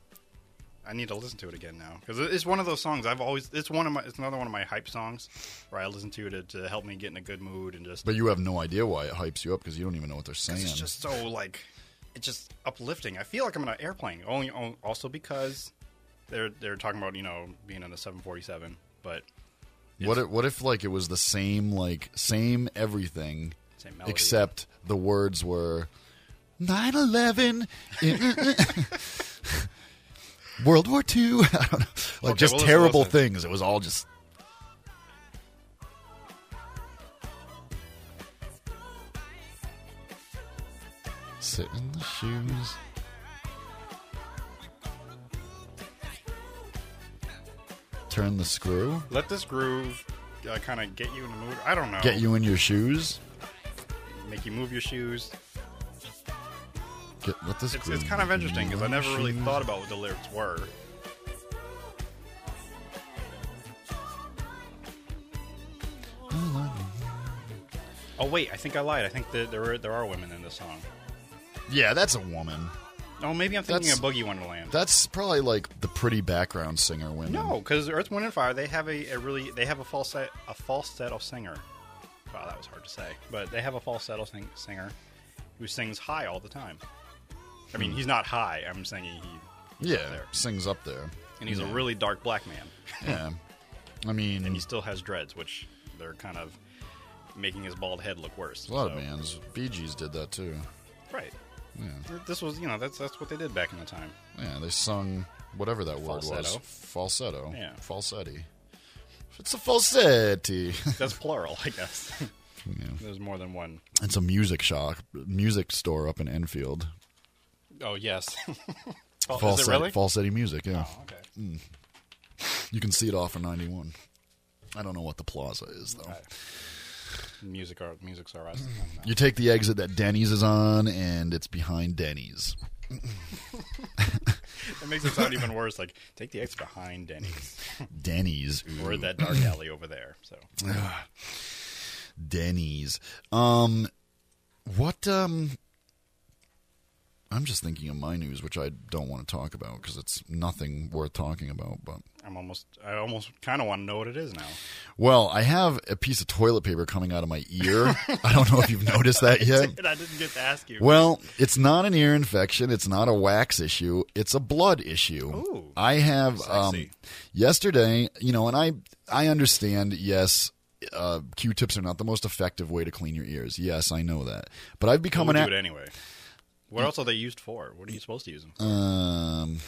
Speaker 3: I need to listen to it again now because it's one of those songs I've always. It's one of my. It's another one of my hype songs where I listen to it to, to help me get in a good mood and just.
Speaker 2: but you have no idea why it hypes you up because you don't even know what they're saying.
Speaker 3: Because it's just so like, it's just uplifting. I feel like I'm in an airplane. Only on- also because they're they're talking about you know being in the 747, but
Speaker 2: what if, what if like it was the same like same everything
Speaker 3: Same melody.
Speaker 2: except the words were 9/11 in- eh, World War II, I don't know. Like
Speaker 3: Okay,
Speaker 2: just
Speaker 3: well, listen,
Speaker 2: terrible
Speaker 3: listen.
Speaker 2: things. It was all just Sit in the shoes. Turn the screw.
Speaker 3: let this groove uh, kind of get you in the mood. I don't know.
Speaker 2: Get you in your shoes.
Speaker 3: make you move your shoes.
Speaker 2: Get, let this
Speaker 3: It's,
Speaker 2: groove
Speaker 3: it's kind of
Speaker 2: in
Speaker 3: interesting because I
Speaker 2: your
Speaker 3: never really
Speaker 2: shoes.
Speaker 3: thought about what the lyrics were. Oh wait, I think I lied. I think that there are, there are women in this song.
Speaker 2: Yeah, that's a woman.
Speaker 3: Oh, maybe I'm thinking
Speaker 2: That's-
Speaker 3: of Boogie Wonderland.
Speaker 2: That's probably like the pretty background singer women.
Speaker 3: no, because Earth, Wind, and Fire they have a, a really they have a falsetto a falsetto singer. Wow, that was hard to say, but they have a falsetto sing- singer who sings high all the time. I
Speaker 2: Hmm.
Speaker 3: mean, he's not high. I'm saying he, he's up
Speaker 2: Yeah,
Speaker 3: there.
Speaker 2: sings up there.
Speaker 3: and he's
Speaker 2: Yeah. Hmm.
Speaker 3: a really dark black man.
Speaker 2: Yeah. I mean,
Speaker 3: and he still has dreads, which they're kind of making his bald head look worse.
Speaker 2: a lot of
Speaker 3: so-
Speaker 2: bands. Bee Gees did that too.
Speaker 3: right? This was, you know, that's that's what they did back in the time.
Speaker 2: Yeah, they sung whatever that word was.
Speaker 3: Falsetto.
Speaker 2: Falsetto.
Speaker 3: Yeah.
Speaker 2: Falsetti. It's a falsetti.
Speaker 3: That's plural, I guess. There's more than one.
Speaker 2: it's a music shop, music store up in Enfield.
Speaker 3: Oh yes. oh, is Oh.
Speaker 2: Falsetti,
Speaker 3: it really?
Speaker 2: falsetti music. Yeah,
Speaker 3: okay.
Speaker 2: you can see it off of ninety one. I don't know what the plaza is though.
Speaker 3: Music are music's are us.
Speaker 2: You take the exit that Denny's is on, and it's behind Denny's.
Speaker 3: It makes it sound even worse. Like take the X behind Denny's
Speaker 2: Denny's.
Speaker 3: or
Speaker 2: ooh.
Speaker 3: that dark alley over there. So
Speaker 2: Denny's. Um, what? Um, I'm just thinking of my news, which I don't want to talk about because it's nothing worth talking about. But
Speaker 3: I'm almost I almost kind of want to know what it is now.
Speaker 2: well, I have a piece of toilet paper coming out of my ear. I don't know if you've noticed that yet.
Speaker 3: And I didn't get to ask you.
Speaker 2: Well, it's not an ear infection. It's not a wax issue. It's a blood issue.
Speaker 3: Ooh.
Speaker 2: I have um,
Speaker 3: Sexy.
Speaker 2: yesterday, you know, and I I understand. Yes, uh, Q-tips are not the most effective way to clean your ears. Yes, I know that. But I've become
Speaker 3: We'll
Speaker 2: an
Speaker 3: do it eh?
Speaker 2: a-
Speaker 3: anyway. What else are they used for? What are you supposed to use them? for?
Speaker 2: um.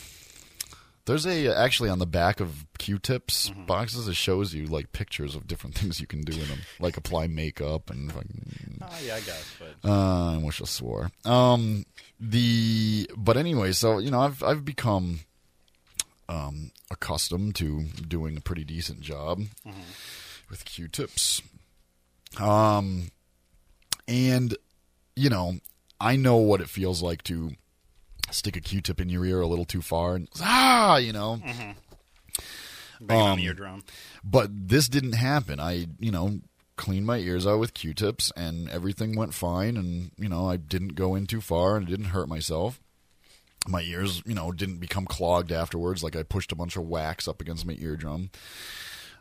Speaker 2: There's a actually on the back of Q-tips
Speaker 3: Mm-hmm.
Speaker 2: boxes it shows you like pictures of different things you can do in them, like apply makeup and fucking
Speaker 3: Ah, yeah, I guess. But
Speaker 2: Uh, I wish I swore. Um, the but anyway, so you know, I've I've become um, accustomed to doing a pretty decent job with Q-tips. Um, and you know, I know what it feels like to stick a Q-tip in your ear a little too far and ah, you know.
Speaker 3: bang on
Speaker 2: um,
Speaker 3: the eardrum.
Speaker 2: But this didn't happen. I, you know, cleaned my ears out with Q-tips and everything went fine and, you know, I didn't go in too far and it didn't hurt myself. My ears, you know, didn't become clogged afterwards like I pushed a bunch of wax up against my eardrum.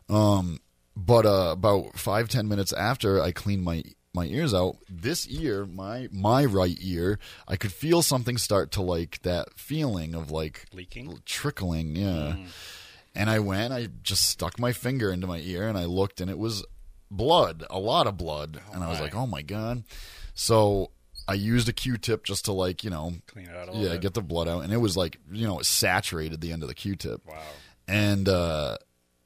Speaker 2: Um but uh about five ten minutes after I cleaned my my ears out, this ear, my my right ear, I could feel something start to like that feeling of like
Speaker 3: Leaking?
Speaker 2: trickling, yeah. And I went, I just stuck my finger into my ear and I looked and it was blood, a lot of blood. and I was
Speaker 3: my.
Speaker 2: like, oh my God. So I used a Q tip just to, like, you know,
Speaker 3: Clean it out a little
Speaker 2: yeah,
Speaker 3: bit.
Speaker 2: get the blood out. And it was like, you know, it saturated the end of the Q tip.
Speaker 3: wow.
Speaker 2: And, uh,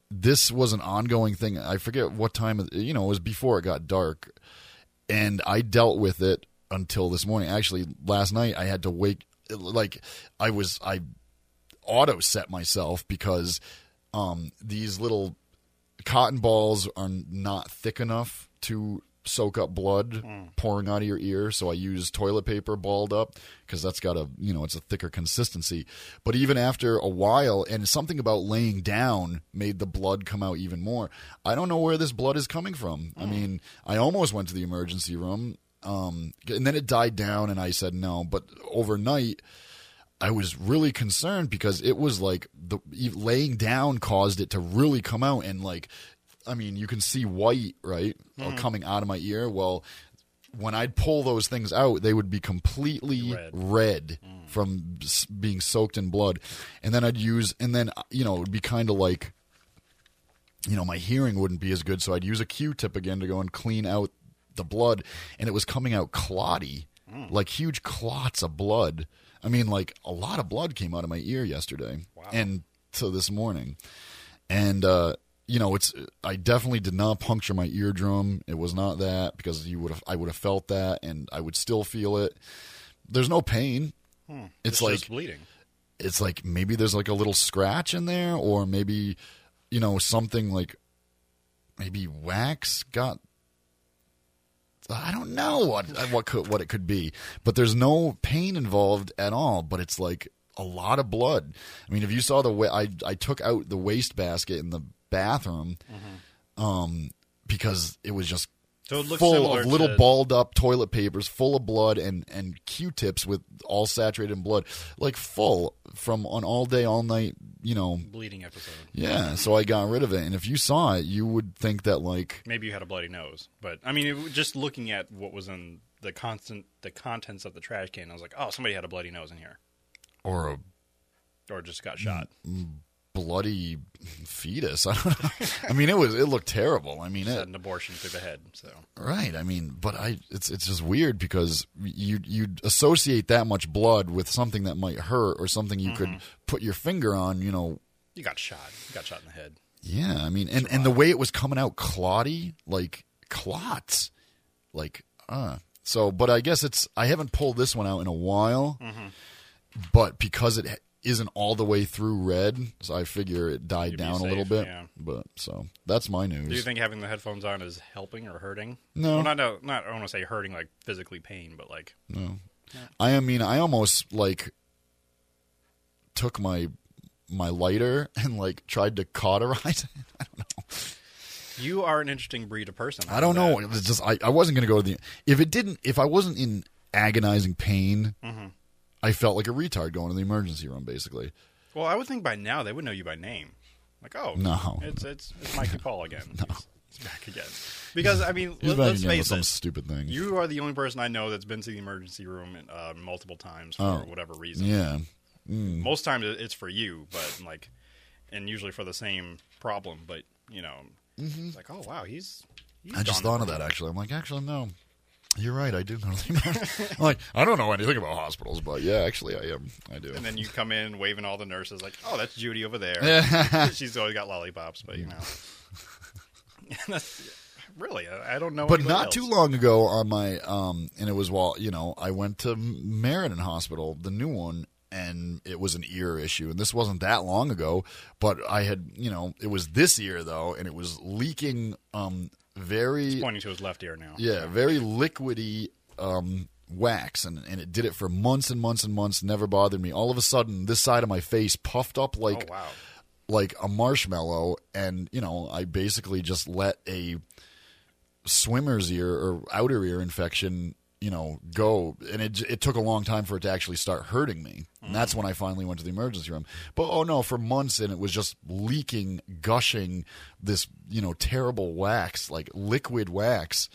Speaker 2: this was an ongoing thing. I forget what time, of- you know, it was before it got dark. And I dealt with it until this morning. Actually, last night I had to wake, like, I was, I auto set myself because um, these little cotton balls are not thick enough to soak up blood pouring out of your ear so i use toilet paper balled up because that's got a you know it's a thicker consistency but even after a while and something about laying down made the blood come out even more i don't know where this blood is coming from i mean i almost went to the emergency room um, and then it died down and i said no but overnight I was really concerned because it was like the e- laying down caused it to really come out and like I mean you can see white right or coming out of my ear well when I'd pull those things out they would be completely
Speaker 3: Red.
Speaker 2: red, from s- being soaked in blood and then I'd use and then uh, you know it would be kind of like you know my hearing wouldn't be as good so I'd use a Q-tip again to go and clean out the blood and it was coming out clotty
Speaker 3: Hmm.
Speaker 2: like huge clots of blood I mean like a lot of blood came out of my ear yesterday and to this morning and uh you know it's I definitely did not puncture my eardrum it was not that because you would have I would have felt that and I would still feel it there's no pain it's,
Speaker 3: Hmm. It's
Speaker 2: like
Speaker 3: just bleeding.
Speaker 2: it's like maybe there's like a little scratch in there or maybe you know something like maybe wax got I don't know what what could what it could be but there's no pain involved at all but it's like a lot of blood I mean if you saw the way I I took out the waste basket in the bathroom um because it was just
Speaker 3: Mm-hmm. So it looks
Speaker 2: full
Speaker 3: similar
Speaker 2: of little
Speaker 3: to-
Speaker 2: balled up toilet papers full of blood and and q-tips with all saturated in blood like full from an all day all night you know
Speaker 3: Bleeding episode.
Speaker 2: yeah so i got rid of it and if you saw it you would think that like
Speaker 3: Maybe you had a bloody nose, but I mean, it, w- just looking at what was in the constant the contents of the trash can, I was like, oh, somebody had a bloody nose in here,
Speaker 2: or a
Speaker 3: or just
Speaker 2: Mm.
Speaker 3: got shot.
Speaker 2: bloody fetus i don't know i mean it was it looked terrible i mean
Speaker 3: Just
Speaker 2: it,
Speaker 3: had an abortion through the head. So
Speaker 2: Right. I mean, but I it's it's just weird because you you associate that much blood with something that might hurt or something you could put your finger on, you know.
Speaker 3: you got shot. You got shot in the head.
Speaker 2: Yeah, I mean, and and the way it was coming out clotty, like clots. Like uh
Speaker 3: Mm-hmm.
Speaker 2: so but I guess it's I haven't pulled this one out in a while. But because it isn't all the way through red, so I figure it died
Speaker 3: You'd be
Speaker 2: down a
Speaker 3: safe,
Speaker 2: little bit.
Speaker 3: yeah.
Speaker 2: But so that's my news.
Speaker 3: Do you think having the headphones on is helping or hurting?
Speaker 2: No.
Speaker 3: Well, not, not, not- I don't want to say hurting like physically pain, but like
Speaker 2: I am- mean, I almost like took my my lighter and like tried to cauterize it.
Speaker 3: you are an interesting breed of person.
Speaker 2: I don't know. It was just I, I wasn't going to go to the if it didn't if I wasn't in agonizing pain.
Speaker 3: Mm-hmm.
Speaker 2: I felt like a retard going to the emergency room, basically.
Speaker 3: Well, I would think by now they would know you by name. Like, oh,
Speaker 2: No.
Speaker 3: it's it's, it's Mikey Paul again. He's, he's back again. Because I mean,
Speaker 2: He's
Speaker 3: let,
Speaker 2: back
Speaker 3: us
Speaker 2: again with
Speaker 3: face
Speaker 2: some
Speaker 3: it.
Speaker 2: stupid thing.
Speaker 3: You are the only person I know that's been to the emergency room uh, multiple times for
Speaker 2: Oh.
Speaker 3: whatever reason.
Speaker 2: yeah,
Speaker 3: Most times it- it's for you, but like, and usually for the same problem. But you know, it's like, oh wow, he's. he's
Speaker 2: Mm-hmm. I just
Speaker 3: gone
Speaker 2: thought of that actually. I'm like, actually, no. You're right. I do know. the emergency- I'm like, I don't know anything about hospitals, but yeah, actually, I am. I do.
Speaker 3: And then you come in waving all the nurses like, "Oh, that's Judy over there. She's always got lollipops." But you know, that's, really, I I don't know.
Speaker 2: but
Speaker 3: anybody
Speaker 2: not
Speaker 3: else.
Speaker 2: too long ago on my um and it was while you know i went to meriden hospital the new one and it was an ear issue and this wasn't that long ago but i had you know it was this ear though and it was leaking um very
Speaker 3: Pointing to his left ear now.
Speaker 2: yeah very liquidy um wax and, and it did it for months and months and months never bothered me all of a sudden this side of my face puffed up
Speaker 3: Oh
Speaker 2: like
Speaker 3: wow.
Speaker 2: like a marshmallow and you know i basically just let a swimmer's ear or outer ear infection you know go and it j- it took a long time for it to actually start hurting me and that's when i finally went to the emergency room but oh no for months and it was just leaking gushing this you know terrible wax like liquid wax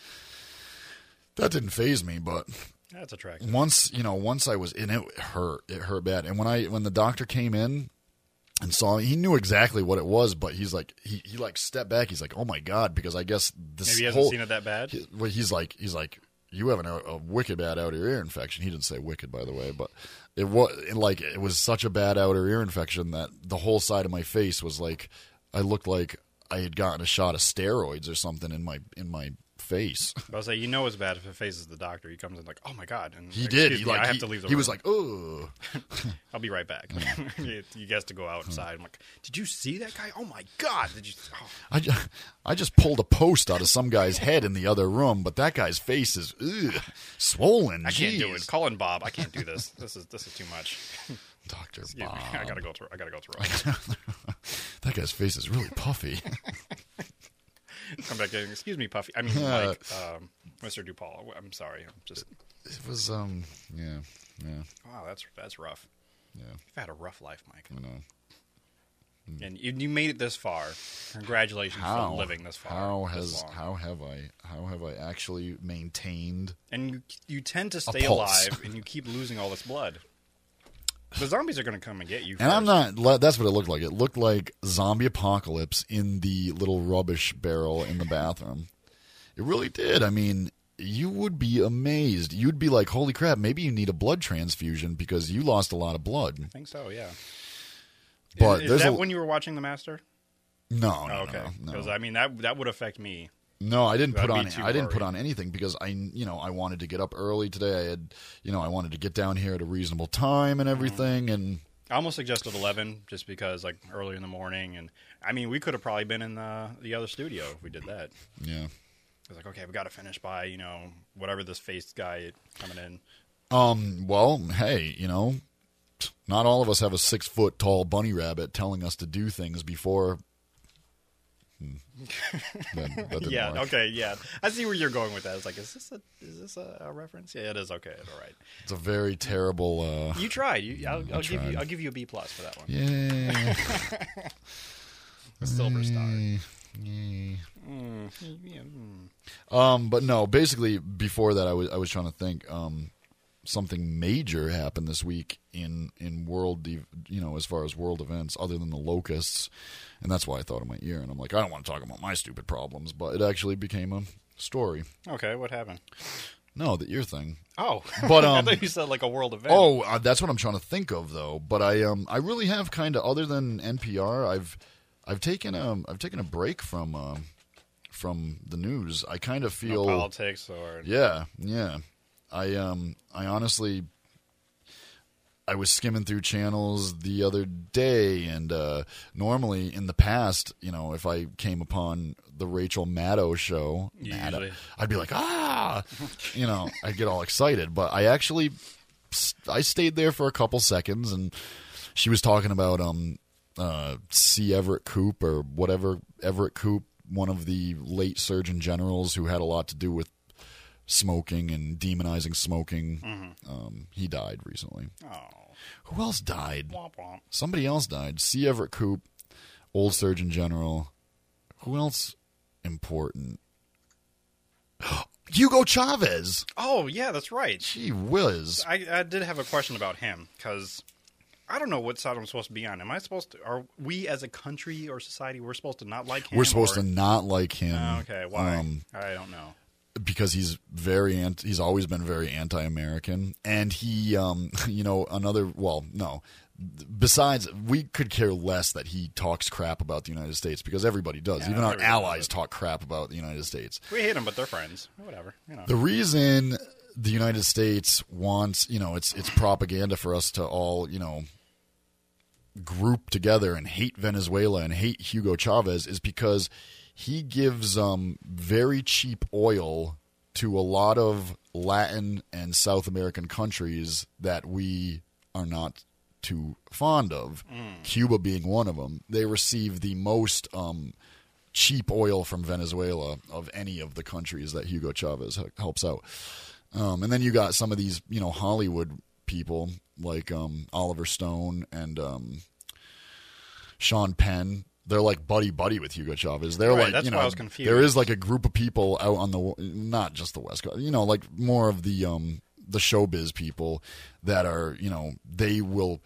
Speaker 2: that didn't phase me but
Speaker 3: That's attractive.
Speaker 2: once you know once i was in it hurt it hurt bad and when i when the doctor came in and saw he knew exactly what it was but he's like he, he like stepped back he's like oh my god because i guess this
Speaker 3: Maybe he hasn't
Speaker 2: whole,
Speaker 3: seen it that bad.
Speaker 2: he- well, he's like he's like you have an, a wicked bad outer ear infection he didn't say wicked by the way but it was like it was such a bad outer ear infection that the whole side of my face was like i looked like i had gotten a shot of steroids or something in my in my face
Speaker 3: But I'll say you know it's bad if it faces the doctor. He comes in like, "Oh my god!" And
Speaker 2: he
Speaker 3: "Excuse
Speaker 2: did he
Speaker 3: me,
Speaker 2: like
Speaker 3: I have
Speaker 2: he,
Speaker 3: to leave the
Speaker 2: he
Speaker 3: room.
Speaker 2: was like oh
Speaker 3: "I'll be right back."
Speaker 2: Hmm.
Speaker 3: you you guys to go outside. I'm like, "Did you see that guy? Oh my god! Did you?" Oh.
Speaker 2: I ju- I just pulled a post out of some guy's head in the other room, but that guy's face is ugh, swollen.
Speaker 3: I can't do
Speaker 2: Jeez.
Speaker 3: it. Calling Bob. I can't do this. This is this is too much.
Speaker 2: Doctor
Speaker 3: Excuse
Speaker 2: Bob.
Speaker 3: me. I gotta go through. I gotta go through.
Speaker 2: That guy's face is really puffy.
Speaker 3: Come back in. Excuse me, Puffy. I mean, like, um, Mr. DuPaul. I'm sorry. I'm just.
Speaker 2: it was um yeah yeah
Speaker 3: Wow, that's that's rough.
Speaker 2: yeah.
Speaker 3: You've had a rough life, Mike,
Speaker 2: I know
Speaker 3: and you, you made it this far. Congratulations
Speaker 2: Mm. how
Speaker 3: for living this far.
Speaker 2: How
Speaker 3: this
Speaker 2: has
Speaker 3: long.
Speaker 2: how have I how have I actually maintained?
Speaker 3: and you, you tend to stay
Speaker 2: pulse.
Speaker 3: alive, and you keep losing all this blood. The zombies are going to come and get you.
Speaker 2: And I'm
Speaker 3: first.
Speaker 2: not. le- That's what it looked like. It looked like zombie apocalypse in the little rubbish barrel in the bathroom. It really did. I mean, you would be amazed. You'd be like, "Holy crap! Maybe you need a blood transfusion because you lost a lot of blood."
Speaker 3: I think so. Yeah.
Speaker 2: But
Speaker 3: Is- is,
Speaker 2: there's
Speaker 3: that
Speaker 2: a
Speaker 3: when you were watching The Master?
Speaker 2: no, no,
Speaker 3: Oh, okay.
Speaker 2: no, no.
Speaker 3: Because I mean that that would affect me.
Speaker 2: No, I didn't
Speaker 3: I'd
Speaker 2: put
Speaker 3: be
Speaker 2: on.
Speaker 3: too
Speaker 2: I didn't put
Speaker 3: worried.
Speaker 2: on anything because I, you know, I wanted to get up early today. I had, you know, I wanted to get down here at a reasonable time
Speaker 3: Mm-hmm.
Speaker 2: and everything. And
Speaker 3: I almost suggested eleven, just because like early in the morning, and I mean we could have probably been in the the other studio if we did that.
Speaker 2: yeah,
Speaker 3: It's like okay, we got to finish by you know whatever this face guy coming in.
Speaker 2: Um. Well, hey, you know, not all of us have a six foot tall bunny rabbit telling us to do things before. Hmm. That- that didn't
Speaker 3: Yeah.
Speaker 2: work.
Speaker 3: Okay. Yeah. I see where you're going with that. It's like, is this a is this a, a reference? Yeah, it is. Okay. All right.
Speaker 2: It's a very terrible. Uh,
Speaker 3: You tried. You, I'll, I'll give
Speaker 2: tried.
Speaker 3: you. I'll give you a B plus for that one.
Speaker 2: yeah.
Speaker 3: A silver star.
Speaker 2: Mm. yeah.
Speaker 3: Yeah, mm.
Speaker 2: Um. But no. Basically, before that, I was I was trying to think. Um. Something major happened this week in in world, ev- you know, as far as world events, other than the locusts, and that's why I thought of my ear. And I'm like, I don't want to talk about my stupid problems, but it actually became a story.
Speaker 3: Okay. What happened?
Speaker 2: No, the ear thing.
Speaker 3: Oh.
Speaker 2: But,
Speaker 3: I
Speaker 2: um,
Speaker 3: thought you said like a world event.
Speaker 2: Oh, uh, that's what I'm trying to think of though. But I um I really have kind of other than NPR, I've I've taken um I've taken a break from um from the news. I kind of
Speaker 3: No
Speaker 2: feel
Speaker 3: politics or
Speaker 2: yeah, yeah. I um I honestly I was skimming through channels the other day, and uh, normally in the past, you know, if I came upon the Rachel Maddow show,
Speaker 3: Usually.
Speaker 2: I'd be like, ah, you know, I'd get all excited. But I actually, I stayed there for a couple seconds, and she was talking about um, uh, C. Everett Koop or whatever Everett Koop, one of the late Surgeon Generals who had a lot to do with smoking and demonizing smoking. Um, he died recently.
Speaker 3: Oh,
Speaker 2: Who else died?
Speaker 3: womp womp.
Speaker 2: Somebody else died. C. Everett Koop, old Surgeon General. Who else important? Hugo Chavez.
Speaker 3: Oh yeah, that's right.
Speaker 2: Gee whiz.
Speaker 3: I, I did have a question about him because I don't know what side I'm supposed to be on. Am I supposed to? Are we as a country or society we're supposed to not like him?
Speaker 2: We're supposed
Speaker 3: or-
Speaker 2: to not like him.
Speaker 3: Oh, okay, why?
Speaker 2: um,
Speaker 3: I don't know.
Speaker 2: because he's very anti, he's always been very anti-American, and he, um, you know, another well, no. Besides, we could care less that he talks crap about the United States because everybody does. Even our
Speaker 3: everybody
Speaker 2: allies talk crap about the United States.
Speaker 3: We hate him, but they're friends. Whatever. You know.
Speaker 2: The reason the United States wants, you know, it's it's propaganda for us to all, you know, group together and hate Venezuela and hate Hugo Chavez is because he gives um, very cheap oil to a lot of Latin and South American countries that we are not too fond of. Cuba being one of them. They receive the most um, cheap oil from Venezuela of any of the countries that Hugo Chavez h- helps out. Um, and then you got some of these, you know, Hollywood people like um, Oliver Stone and um, Sean Penn. They're like buddy buddy with Hugo Chavez. They're
Speaker 3: Right,
Speaker 2: like
Speaker 3: that's
Speaker 2: you know
Speaker 3: why I was confused.
Speaker 2: there is like a group of people out on the not just the West Coast, you know, like more of the um the showbiz people that are you know they will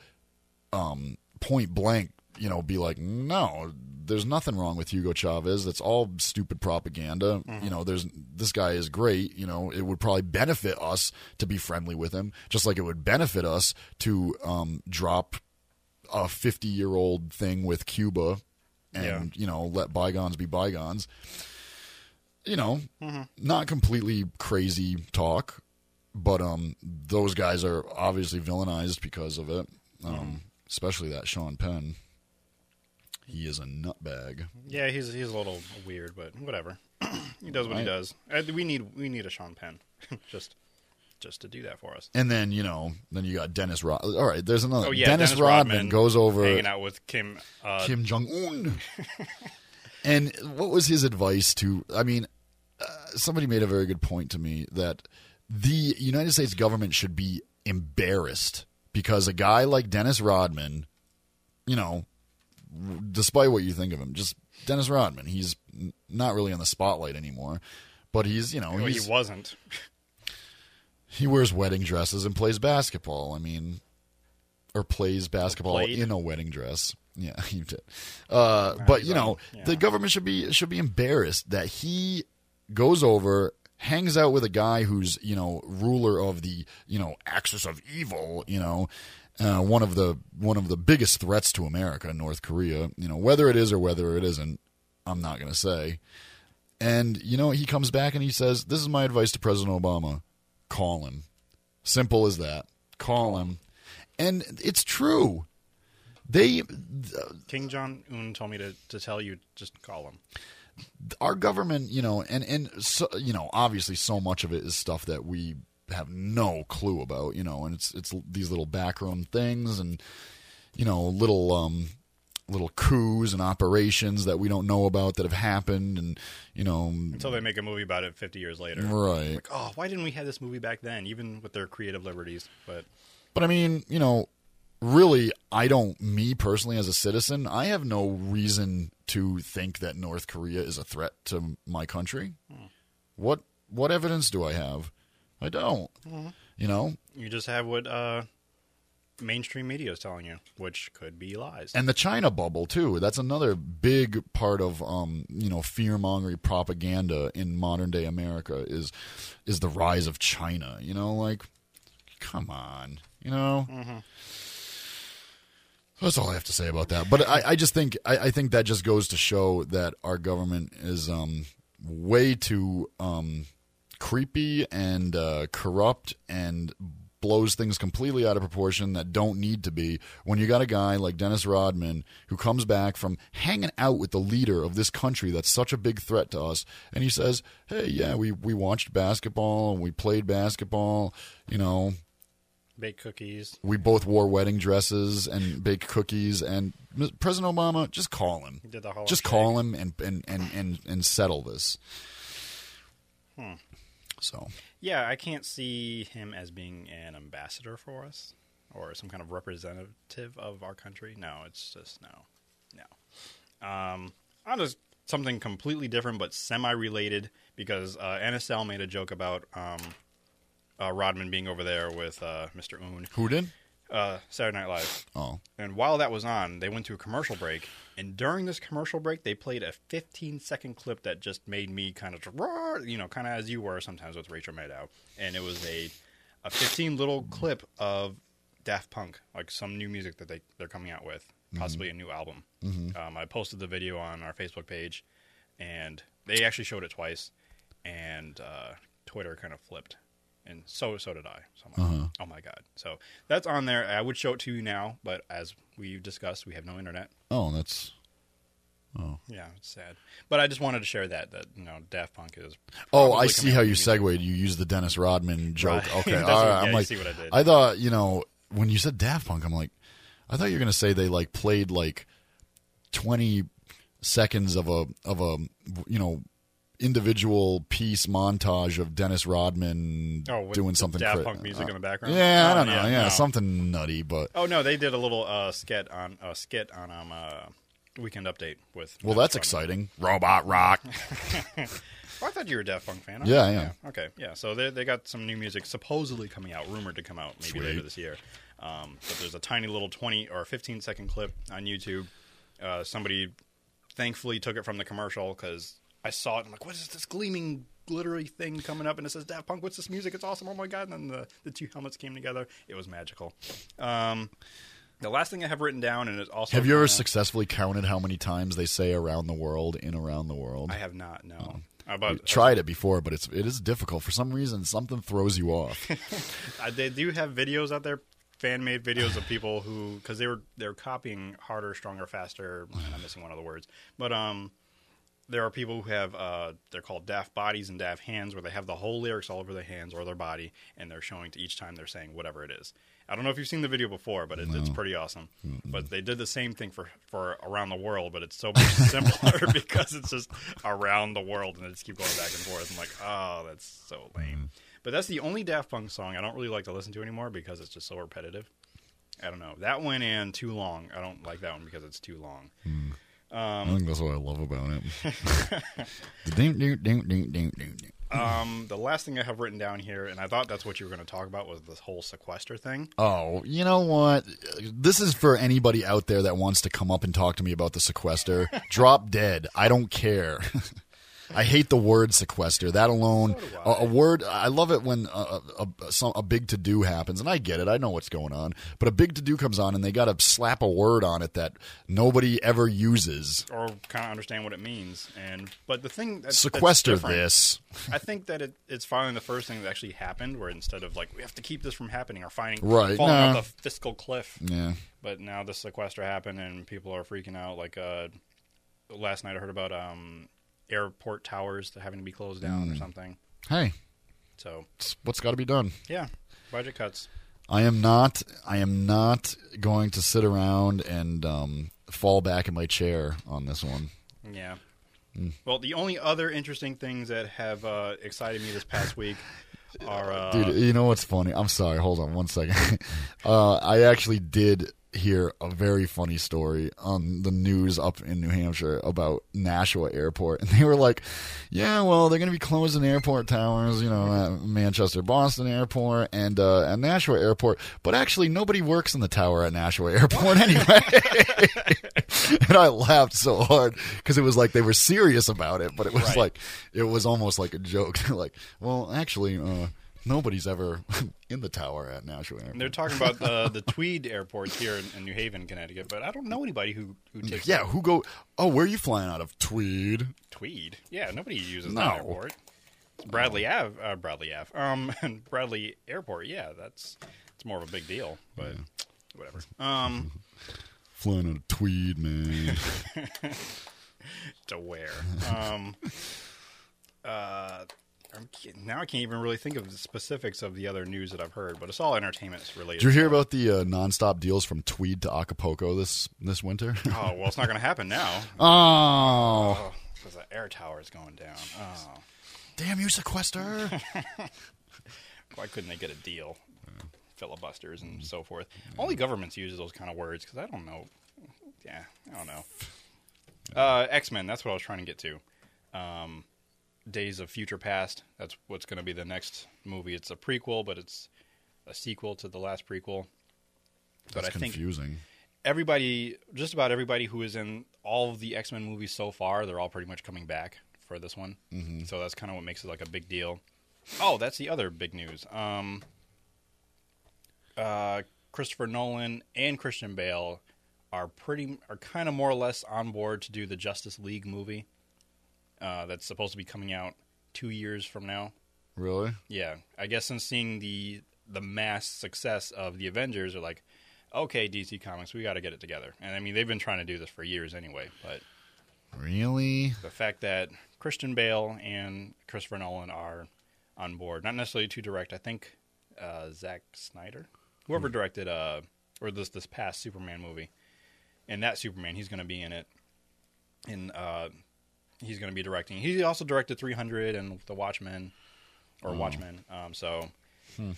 Speaker 2: um, point blank, you know, be like, no, there's nothing wrong with Hugo Chavez. That's all stupid propaganda. You know, there's this guy is great. You know, it would probably benefit us to be friendly with him, just like it would benefit us to um, drop a 50 year old thing with Cuba and,
Speaker 3: Yeah.
Speaker 2: you know, let bygones be bygones. You know, not completely crazy talk, but um, those guys are obviously villainized because of it. Um,
Speaker 3: Mm-hmm.
Speaker 2: especially that Sean Penn. He is a nutbag.
Speaker 3: Yeah, he's he's a little weird, but whatever. he does what he
Speaker 2: Right.
Speaker 3: does. Uh, we need we need a Sean Penn, just just to do that for us.
Speaker 2: And then you know, then you got Dennis Rod. All right, there's another.
Speaker 3: Oh yeah,
Speaker 2: Dennis, Rodman, goes over
Speaker 3: hanging out with Kim. Uh,
Speaker 2: Kim Jong Un. and what was his advice to? I mean, uh, somebody made a very good point to me that the United States government should be embarrassed because a guy like Dennis Rodman, you know, despite what you think of him, just Dennis Rodman. He's n- not really in the spotlight anymore, but he's you know
Speaker 3: well,
Speaker 2: he's,
Speaker 3: he wasn't.
Speaker 2: he wears wedding dresses and plays basketball. I mean, or plays basketball
Speaker 3: played.
Speaker 2: in a wedding dress. Yeah, he did. Uh, but you know, the government should be should be embarrassed that he goes over, hangs out with a guy who's you know ruler of the you know axis of evil. You know, uh, one of the one of the biggest threats to America, North Korea. You know, whether it is or whether it isn't, I'm not going to say. And you know, he comes back and he says, "This is my advice to President Obama: call him. Simple as that. Call him." And it's true. They,
Speaker 3: King John Un told me to, to tell you just call him.
Speaker 2: our government, you know, and and so, you know, obviously, so much of it is stuff that we have no clue about, you know, and it's it's these little backroom things and you know little um little coups and operations that we don't know about that have happened and you know
Speaker 3: Until they make a movie about it 50 years later.
Speaker 2: right
Speaker 3: Oh, why didn't we have this movie back then? Even with their creative liberties, but
Speaker 2: But I mean, you know, really, I don't, me personally as a citizen, I have no reason to think that North Korea is a threat to my country. What what evidence do I have? I don't. You know,
Speaker 3: you just have what uh, mainstream media is telling you, which could be lies.
Speaker 2: and the China bubble too. That's another big part of um, you know fear-mongering propaganda in modern day America is is the rise of China. You know, like come on, you know. That's all I have to say about that. But I, I just think I, I think that just goes to show that our government is um, way too um, creepy and uh, corrupt and blows things completely out of proportion that don't need to be when you got a guy like Dennis Rodman who comes back from hanging out with the leader of this country that's such a big threat to us and he says, "Hey, yeah, we we watched basketball and we played basketball, you know,
Speaker 3: Baked cookies.
Speaker 2: we both wore wedding dresses and baked cookies and M- President Obama, just call him.
Speaker 3: did the Harlem
Speaker 2: just
Speaker 3: Shake.
Speaker 2: call him and and and and, and settle this."
Speaker 3: Hmm.
Speaker 2: So,
Speaker 3: Yeah, I can't see him as being an ambassador for us or some kind of representative of our country. No, it's just no, no. Um, on to something completely different but semi-related because uh, NSL made a joke about um, uh, Rodman being over there with uh, Mr. Oon,
Speaker 2: who did?
Speaker 3: uh, Saturday Night Live.
Speaker 2: Oh,
Speaker 3: And while that was on, they went to a commercial break. And during this commercial break, they played a 15 second clip that just made me kind of, roar, you know, kind of as you were sometimes with Rachel Maddow. And it was a, a 15 little clip of Daft Punk, like some new music that they, they're coming out with,
Speaker 2: Mm-hmm.
Speaker 3: possibly a new album. Um, I posted the video on our Facebook page, and they actually showed it twice. And uh, Twitter kind of flipped and so so did I. So I'm like,
Speaker 2: Uh-huh.
Speaker 3: oh my god. So that's on there. I would show it to you now, but as we discussed, we have no internet.
Speaker 2: oh, that's
Speaker 3: Yeah, it's sad. But I just wanted to share that that you know Daft Punk is.
Speaker 2: Oh,
Speaker 3: probably
Speaker 2: I see
Speaker 3: coming
Speaker 2: how
Speaker 3: out
Speaker 2: you
Speaker 3: with music.
Speaker 2: segued. You used the Dennis Rodman joke.
Speaker 3: Right.
Speaker 2: Okay, all
Speaker 3: That's
Speaker 2: right.
Speaker 3: what- yeah,
Speaker 2: I'm
Speaker 3: you
Speaker 2: like,
Speaker 3: see what I did.
Speaker 2: thought you know when you said Daft Punk, I'm like, I thought you were gonna say they like played like twenty seconds of a of a you know individual piece montage of Dennis Rodman
Speaker 3: Oh, with
Speaker 2: doing
Speaker 3: the
Speaker 2: something
Speaker 3: Daft
Speaker 2: cra- uh,
Speaker 3: Punk music in the background.
Speaker 2: Yeah, I
Speaker 3: Oh,
Speaker 2: don't know. Yeah,
Speaker 3: no.
Speaker 2: something nutty, but
Speaker 3: Oh no, they did a little uh, skit on uh, skit on um, uh, Weekend Update with.
Speaker 2: well, that's
Speaker 3: Matt Stone.
Speaker 2: exciting. Robot rock.
Speaker 3: Oh, I thought you were a Daft Punk fan.
Speaker 2: Yeah, I
Speaker 3: Okay,
Speaker 2: am.
Speaker 3: Okay, yeah. So they they got some new music supposedly coming out, rumored to come out maybe later this year. Um, but there's a tiny little 20 or 15 second clip on YouTube. Uh, somebody thankfully took it from the commercial because I saw it. And I'm like, what is this gleaming, glittery thing coming up? And it says Daft Punk. What's this music? It's awesome. Oh my god! And then the the two helmets came together. It was magical. Um, the last thing I have written down, and it's also
Speaker 2: Have you ever
Speaker 3: kinda-
Speaker 2: successfully counted how many times they say "around the world" in "around the world"?
Speaker 3: I have not. No. About
Speaker 2: tried it before, but it's it is difficult for some reason. Something throws you off.
Speaker 3: Uh, they do have videos out there, fan made videos of people who because they were they're copying harder, stronger, faster. And I'm missing one of the words, but um, there are people who have uh, they're called daft bodies and daft hands, where they have the whole lyrics all over their hands or their body, and they're showing to each time they're saying whatever it is. I don't know if you've seen the video before, but it, it's pretty awesome. But they did the same thing for, for around the world, but it's so much simpler because it's just around the world and they just keep going back and forth. I'm like, oh, that's so lame. But that's the only Daft Punk song I don't really like to listen to anymore because it's just so repetitive. I don't know. That one and too long. I don't like that one because it's too long.
Speaker 2: I think that's what I love about it. The ding, ding, ding, ding, ding, ding, ding.
Speaker 3: Um, the last thing I have written down here, and I thought that's what you were going to talk about, was this whole sequester thing.
Speaker 2: Oh, you know what? This is for anybody out there that wants to come up and talk to me about the sequester. Drop dead. I don't care. I hate the word sequester. That alone, a, a word. I love it when a, a, a, some, a big to do happens, and I get it. I know what's going on, but a big to do comes on, and they got to slap a word on it that nobody ever uses.
Speaker 3: or kind of understand what it means. And but the thing that's,
Speaker 2: Sequester
Speaker 3: that's different,
Speaker 2: this.
Speaker 3: I think that it, it's finally the first thing that actually happened, where instead of like we have to keep this from happening or finding
Speaker 2: Right,
Speaker 3: falling off
Speaker 2: nah.
Speaker 3: the fiscal cliff,
Speaker 2: Yeah.
Speaker 3: but now the sequester happened and people are freaking out. Like uh, last night, I heard about um, airport towers that having to be closed down or
Speaker 2: Mm.
Speaker 3: something.
Speaker 2: Hey,
Speaker 3: So
Speaker 2: it's what's got to be done.
Speaker 3: yeah, budget cuts.
Speaker 2: I am not. I am not going to sit around and um, fall back in my chair on this one.
Speaker 3: Yeah.
Speaker 2: Mm.
Speaker 3: Well, the only other interesting things that have uh, excited me this past week are uh,
Speaker 2: Dude, you know what's funny? I'm sorry. Hold on one second. uh, I actually did hear a very funny story on the news up in New Hampshire about Nashua Airport, and they were like, "Yeah, well, they're going to be closing airport towers, you know, at Manchester Boston Airport and uh, at Nashua Airport." But actually, nobody works in the tower at Nashua Airport anyway. and I laughed so hard because it was like they were serious about it, but it was
Speaker 3: Right.
Speaker 2: like it was almost like a joke. They're like, well, actually, uh, nobody's ever in the tower at Nashua Airport.
Speaker 3: They're talking about uh, the Tweed airport here in, in New Haven, Connecticut, but I don't know anybody who, who takes
Speaker 2: yeah, who go? Oh, where are you flying out of? Tweed.
Speaker 3: Tweed. Yeah, nobody uses
Speaker 2: No.
Speaker 3: that airport. Bradley Ave, uh, Bradley Ave, um, and Bradley Airport. Yeah, that's it's more of a big deal, but whatever. Um,
Speaker 2: Flying on a tweed, man.
Speaker 3: to wear. Um, uh, I'm, now I can't even really think of the specifics of the other news that I've heard, but it's all entertainment related.
Speaker 2: Did you hear about the uh, nonstop deals from Tweed to Acapulco this this winter?
Speaker 3: Oh well, it's not going to happen now
Speaker 2: oh,
Speaker 3: because the air tower is going down. Oh,
Speaker 2: damn you, sequester!
Speaker 3: why couldn't they get a deal? Filibusters and so forth. Only governments use those kind of words because I don't know. Yeah, I don't know. Uh, X Men. That's what I was trying to get to. Um, Days of Future Past. That's what's going to be the next movie. It's a prequel, but it's a sequel to the last prequel. But
Speaker 2: That's
Speaker 3: I think
Speaker 2: confusing.
Speaker 3: everybody, just about everybody who is in all of the X Men movies so far, they're all pretty much coming back for this one. Mm-hmm. So that's kind of what makes it like a big deal. Oh, that's the other big news. Um, uh, Christopher Nolan and Christian Bale are pretty are kind of more or less on board to do the Justice League movie uh, that's supposed to be coming out two years from now.
Speaker 2: Really?
Speaker 3: Yeah, I guess since seeing the the mass success of the Avengers, are like, okay, DC Comics, we got to get it together. And I mean, they've been trying to do this for years anyway. But
Speaker 2: Really?
Speaker 3: the fact that Christian Bale and Christopher Nolan are on board, not necessarily to direct. I think uh, Zack Snyder,
Speaker 2: Hmm.
Speaker 3: whoever directed uh, or this this past Superman movie, and that Superman, he's going to be in it, and uh, he's going to be directing. He also directed 300 and The Watchmen,
Speaker 2: Oh.
Speaker 3: or Watchmen. Um, so
Speaker 2: Hmm.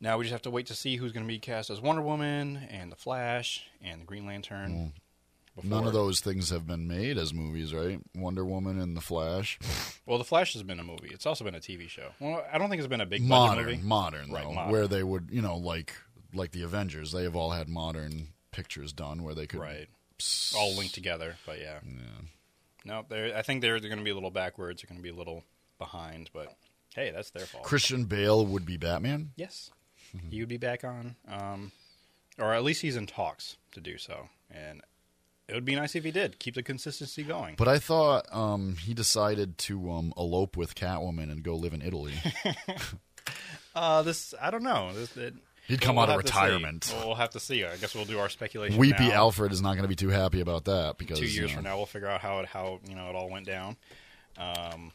Speaker 3: now we just have to wait to see who's going to be cast as Wonder Woman and the Flash and the Green Lantern.
Speaker 2: Hmm. None
Speaker 3: before-
Speaker 2: of those things have been made as movies, right? Wonder Woman and The Flash.
Speaker 3: Well, The Flash has been a movie. It's also been a TV show. Well, I don't think it's been a big budget
Speaker 2: modern,
Speaker 3: movie.
Speaker 2: modern,
Speaker 3: Right,
Speaker 2: though,
Speaker 3: modern.
Speaker 2: where they would, you know, like like the Avengers, they have all had modern pictures done where they could
Speaker 3: Right. All linked together, but yeah. No, they're, I think they're, they're going to be a little backwards. They're going to be a little behind, but hey, that's their fault.
Speaker 2: Christian Bale would be Batman.
Speaker 3: yes.
Speaker 2: Mm-hmm.
Speaker 3: He would be back on, um, or at least he's in talks to do so. And it would be nice if he did. Keep the consistency going.
Speaker 2: But I thought um, he decided to um, elope with Catwoman and go live in Italy.
Speaker 3: Uh, this, I don't know. This, it,
Speaker 2: He'd come out of
Speaker 3: have to see.
Speaker 2: retirement.
Speaker 3: We'll have to see. I guess we'll do our speculation.
Speaker 2: Weepy
Speaker 3: now.
Speaker 2: Alfred is not going to be too happy about that because uh,
Speaker 3: two
Speaker 2: you
Speaker 3: years
Speaker 2: know,
Speaker 3: from now we'll figure out how it how you know it all went down um,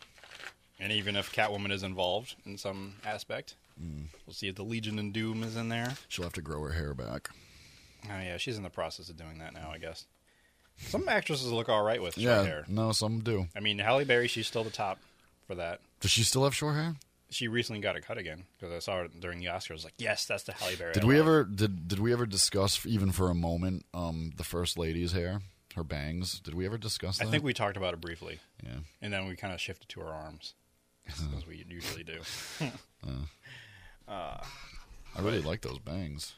Speaker 3: and even if catwoman is involved in some aspect
Speaker 2: Mm.
Speaker 3: we'll see if the legion and doom is in there
Speaker 2: she'll have to grow her hair back.
Speaker 3: oh yeah she's in the process of doing that now i guess some actresses look all right with short
Speaker 2: yeah,
Speaker 3: hair
Speaker 2: no, some do.
Speaker 3: i mean halle berry she's still the top for that
Speaker 2: Does she still have short hair?
Speaker 3: she recently got it cut again because i saw her during the oscars I was like yes that's the halle berry
Speaker 2: Did
Speaker 3: I
Speaker 2: we
Speaker 3: love."
Speaker 2: ever did did we ever discuss even for a moment um, the first lady's hair, her bangs? Did we ever discuss
Speaker 3: i
Speaker 2: that?
Speaker 3: think we talked about it briefly
Speaker 2: yeah.
Speaker 3: and then we kind of shifted to her arms as we usually do
Speaker 2: I really like those bangs.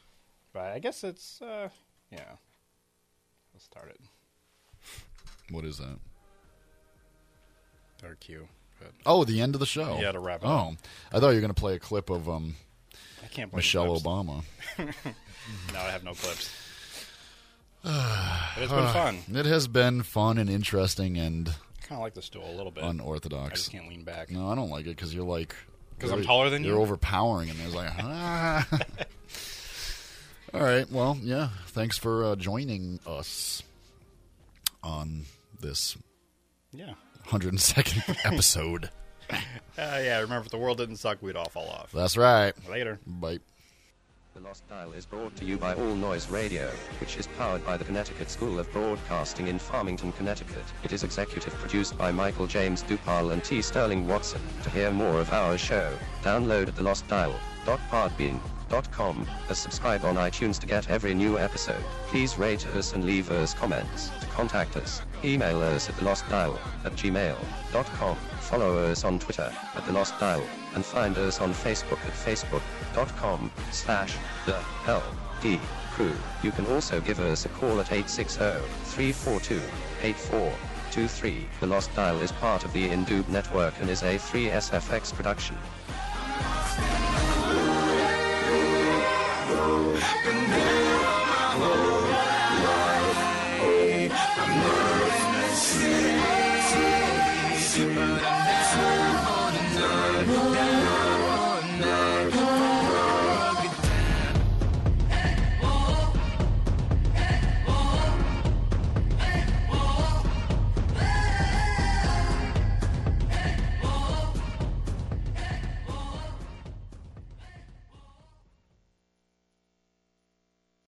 Speaker 3: But I guess it's uh yeah. Let's start it.
Speaker 2: What is that?
Speaker 3: Our cue. But
Speaker 2: Oh, the end of the show.
Speaker 3: Yeah, to wrap it
Speaker 2: Oh, I thought you were going to play a clip of um,
Speaker 3: I can't play
Speaker 2: Michelle
Speaker 3: clips.
Speaker 2: Obama.
Speaker 3: No, I have no clips. but it's been fun.
Speaker 2: It has been fun and interesting and
Speaker 3: I kind of like the stool a little bit. I
Speaker 2: unorthodox.
Speaker 3: just can't lean back.
Speaker 2: No, I don't like it because you're like
Speaker 3: 'Cause I'm
Speaker 2: you're-
Speaker 3: taller than you?
Speaker 2: You're overpowering, and there's like. ah. All right. Well, yeah. Thanks for uh, joining us on this
Speaker 3: Yeah.
Speaker 2: 102nd episode.
Speaker 3: Uh, yeah. Remember, if the world didn't suck, we'd all fall off.
Speaker 2: That's right.
Speaker 3: Later.
Speaker 2: Bye.
Speaker 7: The Lost Dial is brought to you by All Noise Radio, which is powered by the Connecticut School of Broadcasting in Farmington, Connecticut. It is executive produced by Michael James Dupal and T. Sterling Watson. To hear more of our show, download at thelostdial.podbean.com or subscribe on iTunes to get every new episode. Please rate us and leave us comments. To contact us, email us at thelostdial at gmail.com. Follow us on Twitter at The Lost Dial and find us on Facebook at facebook.com slash the LD crew. You can also give us a call at 860-342-8423. The Lost Dial is part of the Indube network and is a 3SFX production.
Speaker 1: I've been